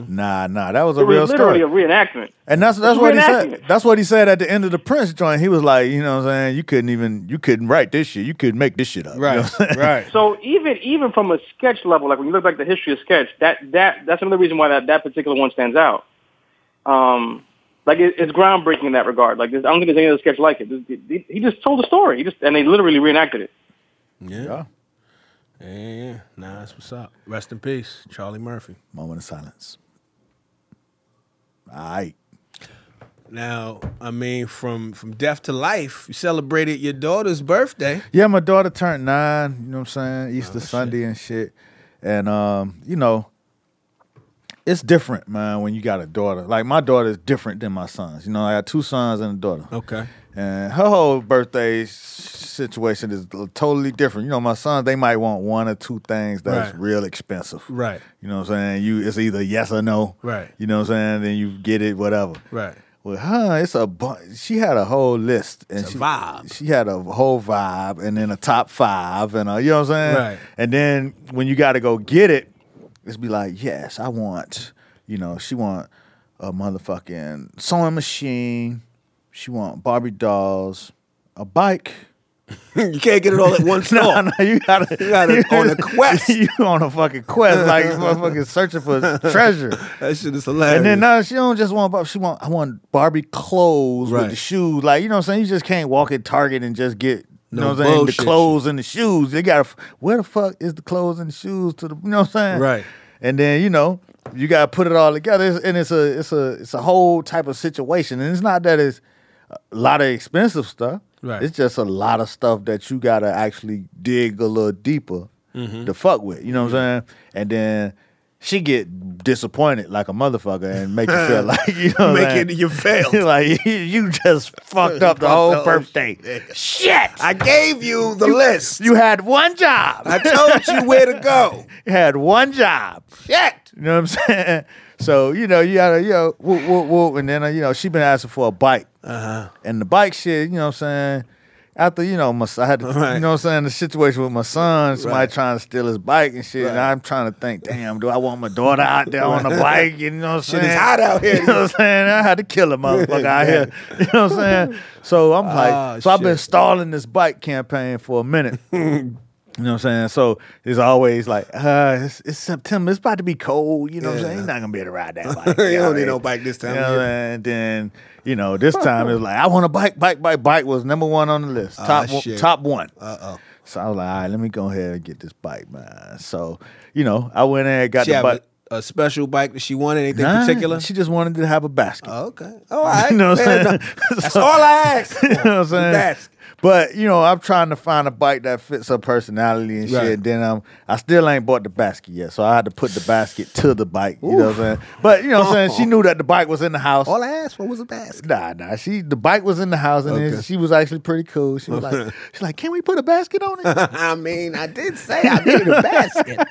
Speaker 5: nah, nah, that was a
Speaker 4: It
Speaker 5: real
Speaker 4: was literally
Speaker 5: story.
Speaker 4: a reenactment.
Speaker 5: And that's that's
Speaker 4: It's
Speaker 5: what he said.
Speaker 4: reenactment.
Speaker 5: That's what he said at the end of the Prince joint. He was like, you know what I'm saying? You couldn't even you couldn't write this shit. You couldn't make this shit up. You know what I'm saying?
Speaker 3: Right. Right.
Speaker 4: So even even from a sketch level, like when you look back at the history of sketch, that that that's another reason why that that particular one stands out. Um, like it, it's groundbreaking in that regard. Like there's- I don't think there's any other sketch like it. This- He, he just told a story. He just and they literally reenacted it.
Speaker 5: Yeah.
Speaker 3: Yeah, yeah. Nah, that's what's up. Rest in peace, Charlie Murphy.
Speaker 5: Moment of silence. All right.
Speaker 3: Now, I mean, from from death to life, you celebrated your daughter's birthday.
Speaker 5: Yeah, my daughter turned nine, you know what I'm saying? Easter Sunday and shit. And um, you know, it's different, man, when you got a daughter. Like my daughter is different than my sons. You know, I got two sons and a daughter.
Speaker 3: Okay.
Speaker 5: And her whole birthday s- situation is totally different. You know, my sons, they might want one or two things that's
Speaker 3: Right.
Speaker 5: real expensive.
Speaker 3: Right.
Speaker 5: You know what I'm saying? You it's either yes or no.
Speaker 3: Right.
Speaker 5: You know what I'm saying? Then you get it, whatever.
Speaker 3: Right.
Speaker 5: Well, huh, it's a bunch. She had a whole list and
Speaker 3: a
Speaker 5: she
Speaker 3: vibe.
Speaker 5: She had a whole vibe and then a top five and uh, you know what I'm saying?
Speaker 3: Right.
Speaker 5: And then when you gotta go get it, it's be like, yes, I want, you know, she want a motherfucking sewing machine, she want Barbie dolls, a bike,
Speaker 3: you can't get it all at one
Speaker 5: No,
Speaker 3: store.
Speaker 5: no, you gotta, you
Speaker 3: gotta on a quest.
Speaker 5: you on a fucking quest, like motherfucking searching for treasure.
Speaker 3: That shit is hilarious.
Speaker 5: And then uh, now she don't just want Barbie. She want I want Barbie clothes with
Speaker 3: Right.
Speaker 5: the shoes. Like you know what I'm saying. You just can't walk at Target and just get. You
Speaker 3: No
Speaker 5: know what I'm saying? The
Speaker 3: bullshit.
Speaker 5: clothes and the shoes. They got to where the fuck is the clothes and the shoes to the you know what I'm saying?
Speaker 3: Right.
Speaker 5: And then you know you got to put it all together. It's- and it's a it's a it's a whole type of situation. And it's not that it's a lot of expensive stuff.
Speaker 3: Right.
Speaker 5: It's just a lot of stuff that you got to actually dig a little deeper
Speaker 3: Mm-hmm.
Speaker 5: to fuck with. You know what I'm saying? And then she get disappointed like a motherfucker and make you feel like you know what I'm
Speaker 3: Make it you failed.
Speaker 5: saying? like you, you just fucked up the whole
Speaker 3: up.
Speaker 5: birthday. Shit.
Speaker 3: I gave you the list.
Speaker 5: you had one job.
Speaker 3: I told you where to go.
Speaker 5: You had one job.
Speaker 3: Shit.
Speaker 5: You know what I'm saying? So you know you gotta you know whoop whoop whoop, and then uh, you know she been asking for a bike, uh-huh. and the bike shit. You know what I'm saying? After you know my son- I had to, you
Speaker 3: Right.
Speaker 5: know what I'm saying the situation with my son, somebody
Speaker 3: Right.
Speaker 5: trying to steal his bike and shit, and
Speaker 3: Right.
Speaker 5: I'm trying to think, damn, do I want my daughter out there on the bike? You know what I'm saying?
Speaker 3: is hot out here.
Speaker 5: You know what I'm saying? I had to kill a motherfucker out here. You know what I'm saying? So I'm like,
Speaker 3: Ah,
Speaker 5: so I've been
Speaker 3: shit.
Speaker 5: stalling this bike campaign for a minute. You know what I'm saying? So it's always like, uh, it's, it's September. It's about to be cold. You know what I'm saying? You're not gonna be able to ride that bike.
Speaker 3: You don't need
Speaker 5: already-
Speaker 3: no bike this time
Speaker 5: You know
Speaker 3: of
Speaker 5: what I'm saying? and then you know this time it was like, I want a bike, bike, bike, bike was number one on the list, top one,
Speaker 3: Ah, shit.
Speaker 5: top one.
Speaker 3: Uh oh.
Speaker 5: So I was like, all right, let me go ahead and get this bike, man. So you know, I went in and got
Speaker 3: She
Speaker 5: the
Speaker 3: have a,
Speaker 5: bike.
Speaker 3: a special bike that she wanted. Anything
Speaker 5: Nah,
Speaker 3: particular? Oh,
Speaker 5: She just wanted to have a basket.
Speaker 3: okay. All right.
Speaker 5: You know what I'm
Speaker 3: Fair
Speaker 5: saying?
Speaker 3: enough. That's all I asked.
Speaker 5: you know what I'm saying?
Speaker 3: Basket.
Speaker 5: But you know, I'm trying to find a bike that fits her personality and
Speaker 3: Right.
Speaker 5: shit. Then I'm I still ain't bought the basket yet, so I had to put the basket to the bike. You know what I'm saying? But you know what I'm saying? She knew that the bike was in the house.
Speaker 3: All I asked for was a basket.
Speaker 5: Nah, nah. She the bike was in the house, and then
Speaker 3: Okay.
Speaker 5: she was actually pretty cool. She was like, she's like, can we put a basket on it?
Speaker 3: I mean, I did say I needed a basket.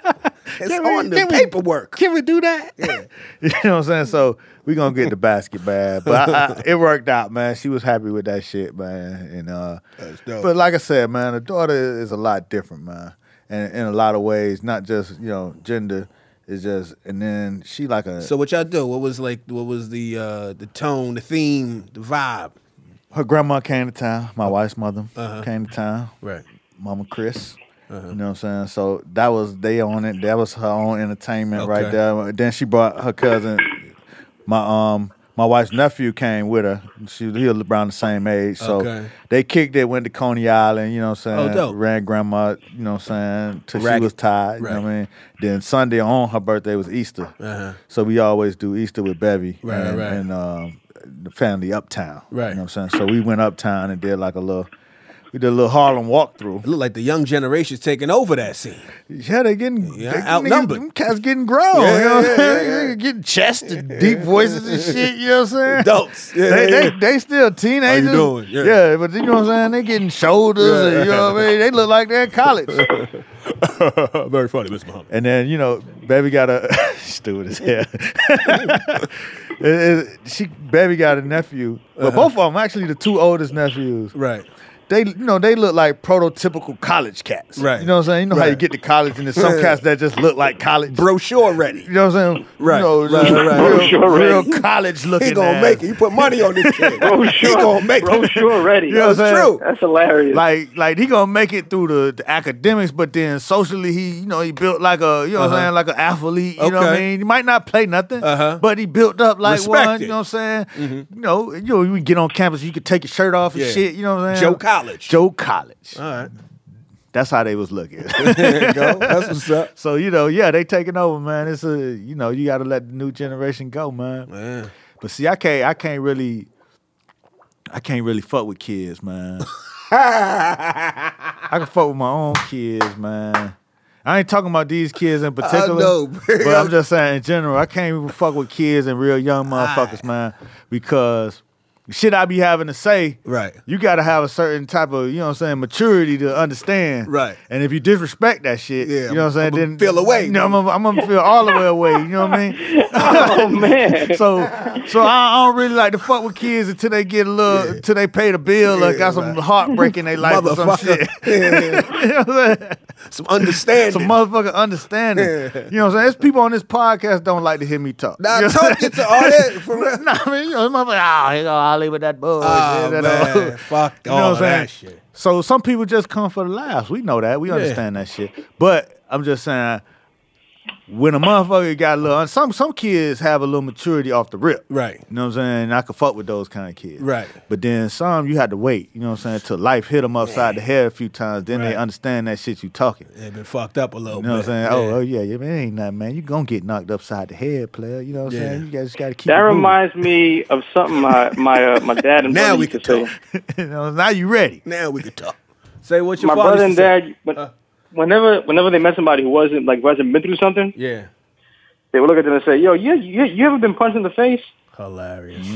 Speaker 3: It's
Speaker 5: Can we-
Speaker 3: on the
Speaker 5: can we-
Speaker 3: paperwork.
Speaker 5: Can we do that? you know what I'm saying? So we gonna get the basket, man. But I, I, it worked out, man. She was happy with that shit, man. And uh,
Speaker 3: That's dope.
Speaker 5: but like I said, man, the daughter is a lot different, man. And in a lot of ways, not just you know gender. It's just, and then she like a
Speaker 3: So what y'all do? What was like? What was the uh the tone, the theme, the vibe?
Speaker 5: her grandma came to town. My wife's mother came to town.
Speaker 3: Uh-huh. Right.
Speaker 5: Mama Chris.
Speaker 3: Uh-huh.
Speaker 5: You know what I'm saying? So that was they on it. That was her own entertainment right
Speaker 3: Okay.
Speaker 5: there. Then she brought her cousin, my um, my wife's nephew came with her. She he was around the same age. So
Speaker 3: Okay.
Speaker 5: they kicked it, went to Coney Island, you know what I'm
Speaker 3: Oh,
Speaker 5: saying?
Speaker 3: dope.
Speaker 5: Ran grandma, you know what I'm saying, till she
Speaker 3: Ragged.
Speaker 5: was tired. You know what I mean? Then Sunday on her birthday was Easter.
Speaker 3: Uh-huh.
Speaker 5: So we always do Easter with Bevy
Speaker 3: Right,
Speaker 5: and,
Speaker 3: right.
Speaker 5: and um, the family uptown.
Speaker 3: Right.
Speaker 5: You know what I'm saying? So we went uptown and did like a little we did a little Harlem walkthrough.
Speaker 3: It looked like the young generation's taking over that scene.
Speaker 5: Yeah, they getting
Speaker 3: Yeah,
Speaker 5: they,
Speaker 3: outnumbered.
Speaker 5: Niggas, them cats getting grown.
Speaker 3: Yeah,
Speaker 5: you know what
Speaker 3: yeah,
Speaker 5: I'm saying?
Speaker 3: yeah,
Speaker 5: They Getting chested, deep voices and shit. You know what I'm saying?
Speaker 3: Adults. Yeah,
Speaker 5: they,
Speaker 3: yeah,
Speaker 5: they,
Speaker 3: yeah.
Speaker 5: they still teenagers.
Speaker 3: doing?
Speaker 5: Yeah.
Speaker 3: Yeah.
Speaker 5: but you know what I'm saying? They getting shoulders. And, you know what I mean? They look like they're in college.
Speaker 3: Uh, Very funny, Mr. Muhammad.
Speaker 5: And then you know, baby got a stupid as hell. It- it- she baby got a nephew. Well, both of them actually the two oldest nephews.
Speaker 3: Uh-huh. Right.
Speaker 5: They you know they look like prototypical college cats.
Speaker 3: Right.
Speaker 5: You know what I'm saying? You know how you
Speaker 3: Right.
Speaker 5: get to college, and there's some cats that just look like college.
Speaker 3: Brochure ready.
Speaker 5: You know what I'm saying?
Speaker 3: Right,
Speaker 5: You know,
Speaker 3: right,
Speaker 5: just
Speaker 3: right, right.
Speaker 5: Real,
Speaker 4: Brochure
Speaker 5: real
Speaker 4: ready.
Speaker 5: college looking.
Speaker 3: He gonna
Speaker 5: ass.
Speaker 3: make it. You put money on this kid. He gonna make it.
Speaker 4: Brochure ready.
Speaker 5: You know what I'm
Speaker 3: That's
Speaker 5: saying?
Speaker 3: true.
Speaker 4: That's hilarious.
Speaker 5: Like, like he gonna make it through the, the academics, but then socially he, you know, he built like a, you know, what I'm saying, like an athlete. You know what I
Speaker 3: Uh-huh. Okay.
Speaker 5: mean? He might not play nothing,
Speaker 3: Uh-huh.
Speaker 5: but he built up like one.
Speaker 3: Respected. Mm-hmm.
Speaker 5: You know what I'm saying? You know, you know, you can get on campus, you could take your shirt off and
Speaker 3: Yeah.
Speaker 5: shit. You know what I'm saying?
Speaker 3: Joe College.
Speaker 5: Joe College.
Speaker 3: All right.
Speaker 5: That's how they was looking.
Speaker 3: There you go. That's what's up.
Speaker 5: so you know, yeah, they taking over, man. It's a, you know, you got to let the new generation go, man.
Speaker 3: Man.
Speaker 5: But see, I can't, I can't really, I can't really fuck with kids, man. I can fuck with my own kids, man. I ain't talking about these kids in particular,
Speaker 3: know,
Speaker 5: but I'm just saying in general. I can't even fuck with kids and real young
Speaker 3: Ah.
Speaker 5: motherfuckers, man, because the shit I be having to say,
Speaker 3: Right.
Speaker 5: You got to have a certain type of, you know, what I'm saying, maturity to understand,
Speaker 3: Right.
Speaker 5: And if you disrespect that shit,
Speaker 3: Yeah,
Speaker 5: you know what I'm saying,
Speaker 3: I'ma
Speaker 5: then
Speaker 3: feel away.
Speaker 5: You know, I'm gonna, I'm gonna feel all the way away. You know what I mean?
Speaker 4: oh man.
Speaker 5: So, so I, I don't really like to fuck with kids until they get a little, until they pay the bill or
Speaker 3: Yeah,
Speaker 5: got some
Speaker 3: right.
Speaker 5: heartbreak in their life or some
Speaker 3: Motherfucker.
Speaker 5: shit. You know what I'm saying?
Speaker 3: some understanding.
Speaker 5: Some motherfucking understanding. You know what I'm saying? There's people on this podcast don't like to hear me talk.
Speaker 3: Nah,
Speaker 5: you know what I'm
Speaker 3: talk it to all that. For real.
Speaker 5: saying? nah, I mean, you know, this motherfucker, oh, here go Ollie with that bullshit.
Speaker 3: Oh,
Speaker 5: you know?
Speaker 3: man. Fuck
Speaker 5: You know what
Speaker 3: all
Speaker 5: I'm saying?
Speaker 3: Oh, that shit.
Speaker 5: So some people just come for the laughs. We know that. We understand that shit. But I'm just saying, when a motherfucker got a little, some some kids have a little maturity off the rip.
Speaker 3: Right.
Speaker 5: You know what I'm saying? I could fuck with those kind of kids.
Speaker 3: Right.
Speaker 5: But then some, you had to wait. You know what I'm saying? Till life hit them upside the head a few times. Then they
Speaker 3: Right.
Speaker 5: understand that shit you talking.
Speaker 3: They've been fucked up a little
Speaker 5: You know what I'm
Speaker 3: bit.
Speaker 5: saying?
Speaker 3: Yeah.
Speaker 5: Oh, oh yeah, yeah, man, it ain't nothing, man. You gonna get knocked upside the head, player. You know what I'm
Speaker 3: Yeah.
Speaker 5: saying? You guys just gotta keep.
Speaker 4: That
Speaker 5: it moving.
Speaker 4: reminds me of something my my uh, my dad and
Speaker 3: Now
Speaker 4: brother
Speaker 3: we
Speaker 4: used
Speaker 3: can
Speaker 4: to say.
Speaker 3: talk.
Speaker 5: You know, now you ready?
Speaker 3: Now we can talk. Say what your
Speaker 4: My
Speaker 3: father
Speaker 4: brother and
Speaker 3: used to say.
Speaker 4: dad, when, whenever whenever they met somebody who wasn't like wasn't been through something,
Speaker 3: Yeah.
Speaker 4: they would look at them and say, "Yo, you you, you ever been punched in the face?"
Speaker 3: Hilarious.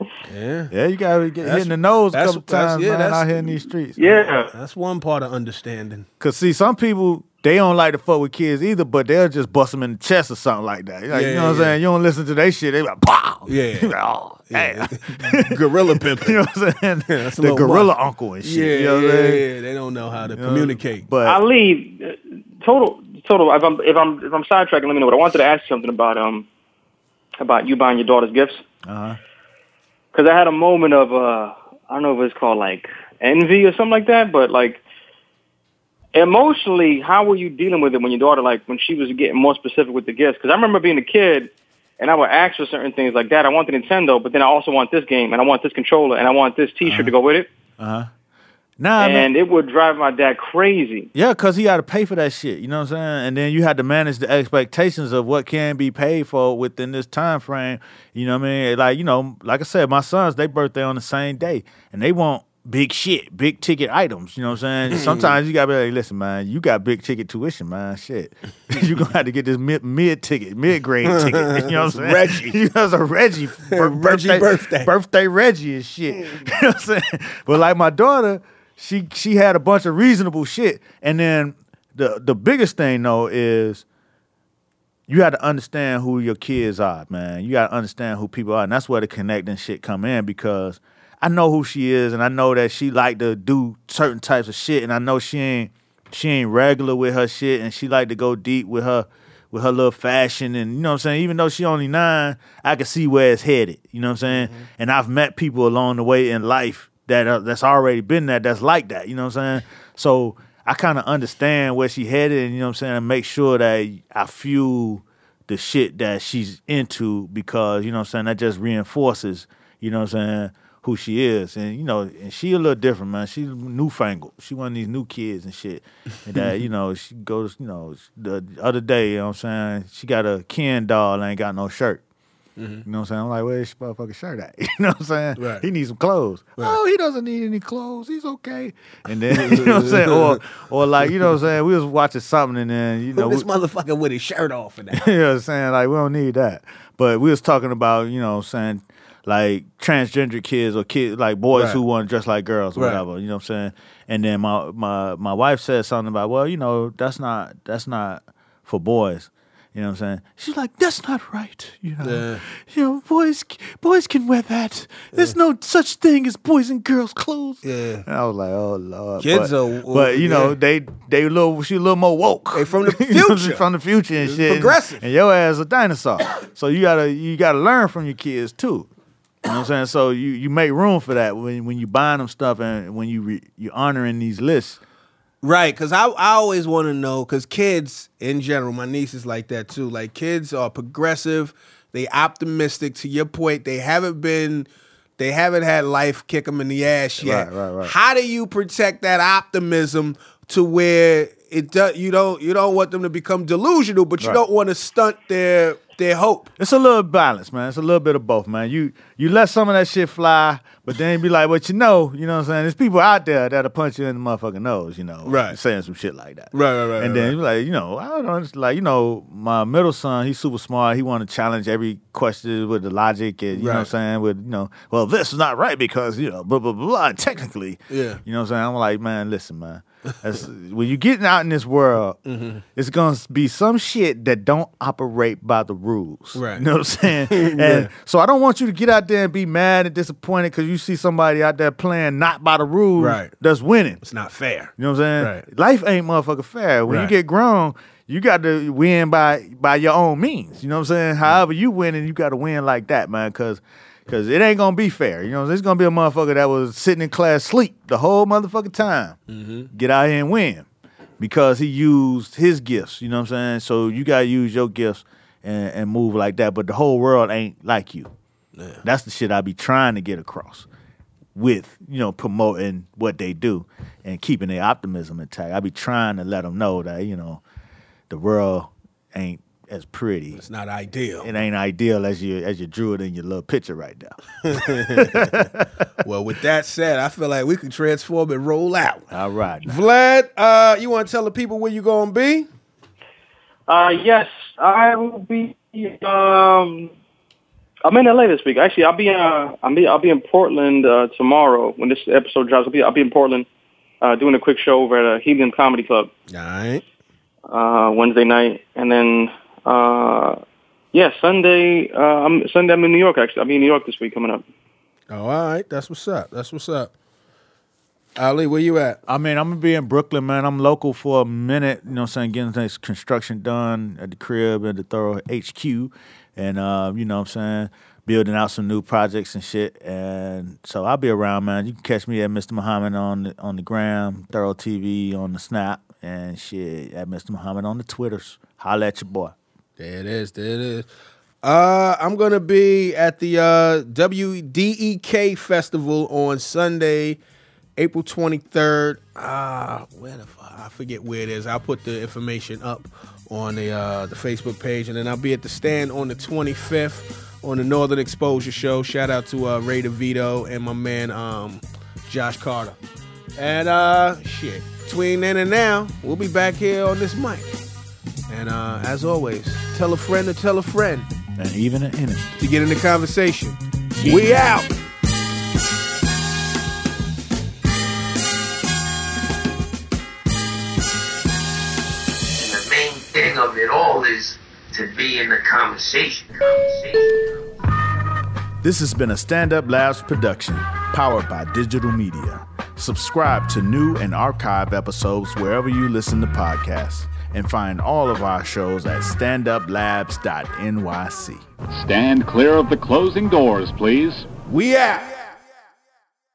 Speaker 5: Mm-hmm.
Speaker 3: Yeah.
Speaker 5: Yeah, you gotta get hit
Speaker 3: That's-
Speaker 5: in the nose a
Speaker 3: that's-
Speaker 5: couple
Speaker 3: that's-
Speaker 5: times,
Speaker 3: yeah,
Speaker 5: man.
Speaker 3: that's-
Speaker 5: Out here in these streets.
Speaker 4: Yeah,
Speaker 3: That's one part of understanding.
Speaker 5: Cause see, some people they don't like to fuck with kids either, but they'll just bust them in the chest or something like that. Like,
Speaker 3: Yeah,
Speaker 5: you know what I'm
Speaker 3: yeah.
Speaker 5: saying? You don't listen to their shit. They like, pow.
Speaker 3: Yeah.
Speaker 5: You like, oh,
Speaker 3: Yeah.
Speaker 5: damn.
Speaker 3: Gorilla pimping.
Speaker 5: you know what I'm saying?
Speaker 3: that's a
Speaker 5: the
Speaker 3: little
Speaker 5: gorilla
Speaker 3: wild.
Speaker 5: uncle and shit.
Speaker 3: yeah,
Speaker 5: you know what
Speaker 3: yeah,
Speaker 5: I'm saying?
Speaker 3: yeah. They don't know how to communicate.
Speaker 5: But
Speaker 4: Ali, uh, total total. If I'm if I'm if I'm sidetracking, let me know. But I wanted to ask you something about um about you buying your daughter's gifts.
Speaker 5: Uh-huh.
Speaker 4: Because I had a moment of uh I don't know if it's called like envy or something like that, but like emotionally, how were you dealing with it when your daughter like when she was getting more specific with the gifts? Because I remember being a kid. And I would ask for certain things like that. I want the Nintendo, but then I also want this game, and I want this controller, and I want this T-shirt
Speaker 5: Uh-huh.
Speaker 4: to go with it.
Speaker 5: nah, man.
Speaker 4: and it would drive my dad crazy.
Speaker 5: Yeah, cause he got to pay for that shit. You know what I'm saying? And then you had to manage the expectations of what can be paid for within this time frame. You know what I mean? Like you know, like I said, my sons they birthday on the same day, and they want big shit, big ticket items. You know what I'm saying? Sometimes you gotta be like, listen, man, you got big ticket tuition, man. Shit, you gonna have to get this mid mid ticket, mid grade ticket. You know what I'm saying?
Speaker 3: Reggie.
Speaker 5: you know, it's a Reggie, bir-
Speaker 3: Reggie birthday.
Speaker 5: birthday Reggie and shit. you know what I'm saying? But like my daughter, she she had a bunch of reasonable shit. And then the the biggest thing though is you got to understand who your kids are, man. You got to understand who people are, and that's where the connecting shit come in because I know who she is, and I know that she like to do certain types of shit, and I know she ain't she ain't regular with her shit, and she like to go deep with her with her little fashion, and you know what I'm saying. Even though she only nine, I can see where it's headed. You know what I'm saying. And I've met people along the way in life that uh, that's already been that that's like that. You know what I'm saying. So I kind of understand where she headed, and you know what I'm saying. And make sure that I fuel the shit that she's into because you know what I'm saying that just reinforces you know what I'm saying who she is and you know and she a little different man she's newfangled she one of these new kids and shit and that you know she goes you know the other day you know what I'm saying she got a Ken doll and ain't got no shirt you know what I'm saying I'm like where's your motherfucking shirt at you know what I'm saying
Speaker 3: Right.
Speaker 5: he needs some clothes oh he doesn't need any clothes he's okay and then you know what I'm saying or or like you know what I'm saying we was watching something and then you know
Speaker 6: this
Speaker 5: we-
Speaker 6: motherfucker with his shirt off and that.
Speaker 5: you know what I'm saying? Like, we don't need that. But we was talking about, you know what I'm saying, like transgender kids or kids, like boys
Speaker 3: Right.
Speaker 5: who want to dress like girls or
Speaker 3: Right.
Speaker 5: whatever, you know what I'm saying? And then my, my, my wife said something about, well, you know, that's not, that's not for boys. You know what I'm saying? She's like, that's not right. You know,
Speaker 3: Yeah.
Speaker 5: you know, boys, c- boys can wear that. There's no such thing as boys and girls clothes.
Speaker 3: Yeah.
Speaker 5: And I was like, oh lord,
Speaker 3: Kids
Speaker 5: but,
Speaker 3: are-
Speaker 5: but you know,
Speaker 3: yeah.
Speaker 5: they they a little, she a little more woke.
Speaker 3: They from the
Speaker 5: You know what I'm saying?
Speaker 3: future.
Speaker 5: from the future and shit. and-
Speaker 3: progressive.
Speaker 5: And your ass a dinosaur. so you gotta you gotta learn from your kids too. You know what I'm saying? So you you make room for that when when you buying them stuff and when you re, you honoring these lists.
Speaker 3: Right, because I, I always want to know, because kids in general, my niece is like that too. Like, kids are progressive, they optimistic, to your point, they haven't been, they haven't had life kick them in the ass yet.
Speaker 5: Right, right, right.
Speaker 3: How do you protect that optimism to where it does, you don't, you don't want them to become delusional, but you
Speaker 5: Right.
Speaker 3: don't want to stunt their, their hope.
Speaker 5: It's a little balance, man. It's a little bit of both, man. You you let some of that shit fly, but then you be like, but you know, you know what I'm saying? There's people out there that'll punch you in the motherfucking nose, you know,
Speaker 3: Right.
Speaker 5: saying some shit like that.
Speaker 3: Right, right, right,
Speaker 5: And
Speaker 3: right,
Speaker 5: then you like, you know, I don't know, it's like, you know, my middle son, he's super smart. He want to challenge every question with the logic and, you know what I'm
Speaker 3: Right.
Speaker 5: saying, with, you know, well, this is not right because, you know, blah, blah, blah, technically.
Speaker 3: Yeah.
Speaker 5: You know what I'm saying? I'm like, man, listen, man. That's, when you're getting out in this world,
Speaker 3: Mm-hmm.
Speaker 5: it's gonna be some shit that don't operate by the rules.
Speaker 3: Right.
Speaker 5: You know what I'm saying? and so I don't want you to get out there and be mad and disappointed because you see somebody out there playing not by the rules
Speaker 3: Right.
Speaker 5: that's winning.
Speaker 3: It's not fair.
Speaker 5: You know what I'm saying?
Speaker 3: Right.
Speaker 5: Life ain't motherfucker fair. When
Speaker 3: Right.
Speaker 5: you get grown, you got to win by by your own means. You know what I'm
Speaker 3: Mm.
Speaker 5: saying? However you winning, you got to win like that, man. Cause cause it ain't gonna be fair. You know, there's gonna be a motherfucker that was sitting in class sleep the whole motherfucking time.
Speaker 3: Mm-hmm.
Speaker 5: Get out here and win because he used his gifts. You know what I'm saying? So you gotta use your gifts and, and move like that. But the whole world ain't like you. That's the shit I be trying to get across with you know promoting what they do and keeping their optimism intact. I be trying to let them know that you know the world ain't as pretty.
Speaker 3: It's not ideal.
Speaker 5: It ain't ideal as you as you drew it in your little picture right there.
Speaker 3: well, with that said, I feel like we can transform and roll out.
Speaker 5: All right, now.
Speaker 3: Vlad, uh, you want to tell the people where you gonna be?
Speaker 4: Uh, yes, I will be. Um, I'm in LA this week. Actually, I'll be. Uh, I'll be. I'll be in Portland uh, tomorrow when this episode drops. I'll be. I'll be in Portland uh, doing a quick show over at uh, Helium Comedy Club
Speaker 3: All right.
Speaker 4: uh, Wednesday night, and then uh, yeah, Sunday. Uh, I'm Sunday. I'm in New York. Actually, I'll be in New York this week coming up.
Speaker 3: Oh, all right. That's what's up. That's what's up. Ali, where you at?
Speaker 5: I mean, I'm gonna be in Brooklyn, man. I'm local for a minute. You know, what I'm saying getting this construction done at the crib at the Thorough HQ, and uh, you know, what I'm saying building out some new projects and shit. And so I'll be around, man. You can catch me at Mr. Muhammad on the, on the gram, Thorough TV on the Snap, and shit at Mr. Muhammad on the Twitters. Holla at your boy.
Speaker 3: There it is. There it is. Uh, I'm gonna be at the uh, WDEK festival on Sunday, April 23rd. Ah, where the fuck? I forget where it is. I'll put the information up on the uh, the Facebook page, and then I'll be at the stand on the 25th on the Northern Exposure Show. Shout out to uh, Ray DeVito and my man um, Josh Carter. And uh, shit, between then and now, we'll be back here on this mic. And uh, as always, tell a friend to tell a friend
Speaker 5: And even an enemy.
Speaker 3: to get in the conversation. We out.
Speaker 7: And the main thing of it all is to be in the conversation. conversation.
Speaker 5: This has been a Stand Up Labs production, powered by digital media. Subscribe to new and archive episodes wherever you listen to podcasts, and find all of our shows at standuplabs.nyc.
Speaker 8: Stand clear of the closing doors, please.
Speaker 3: We out.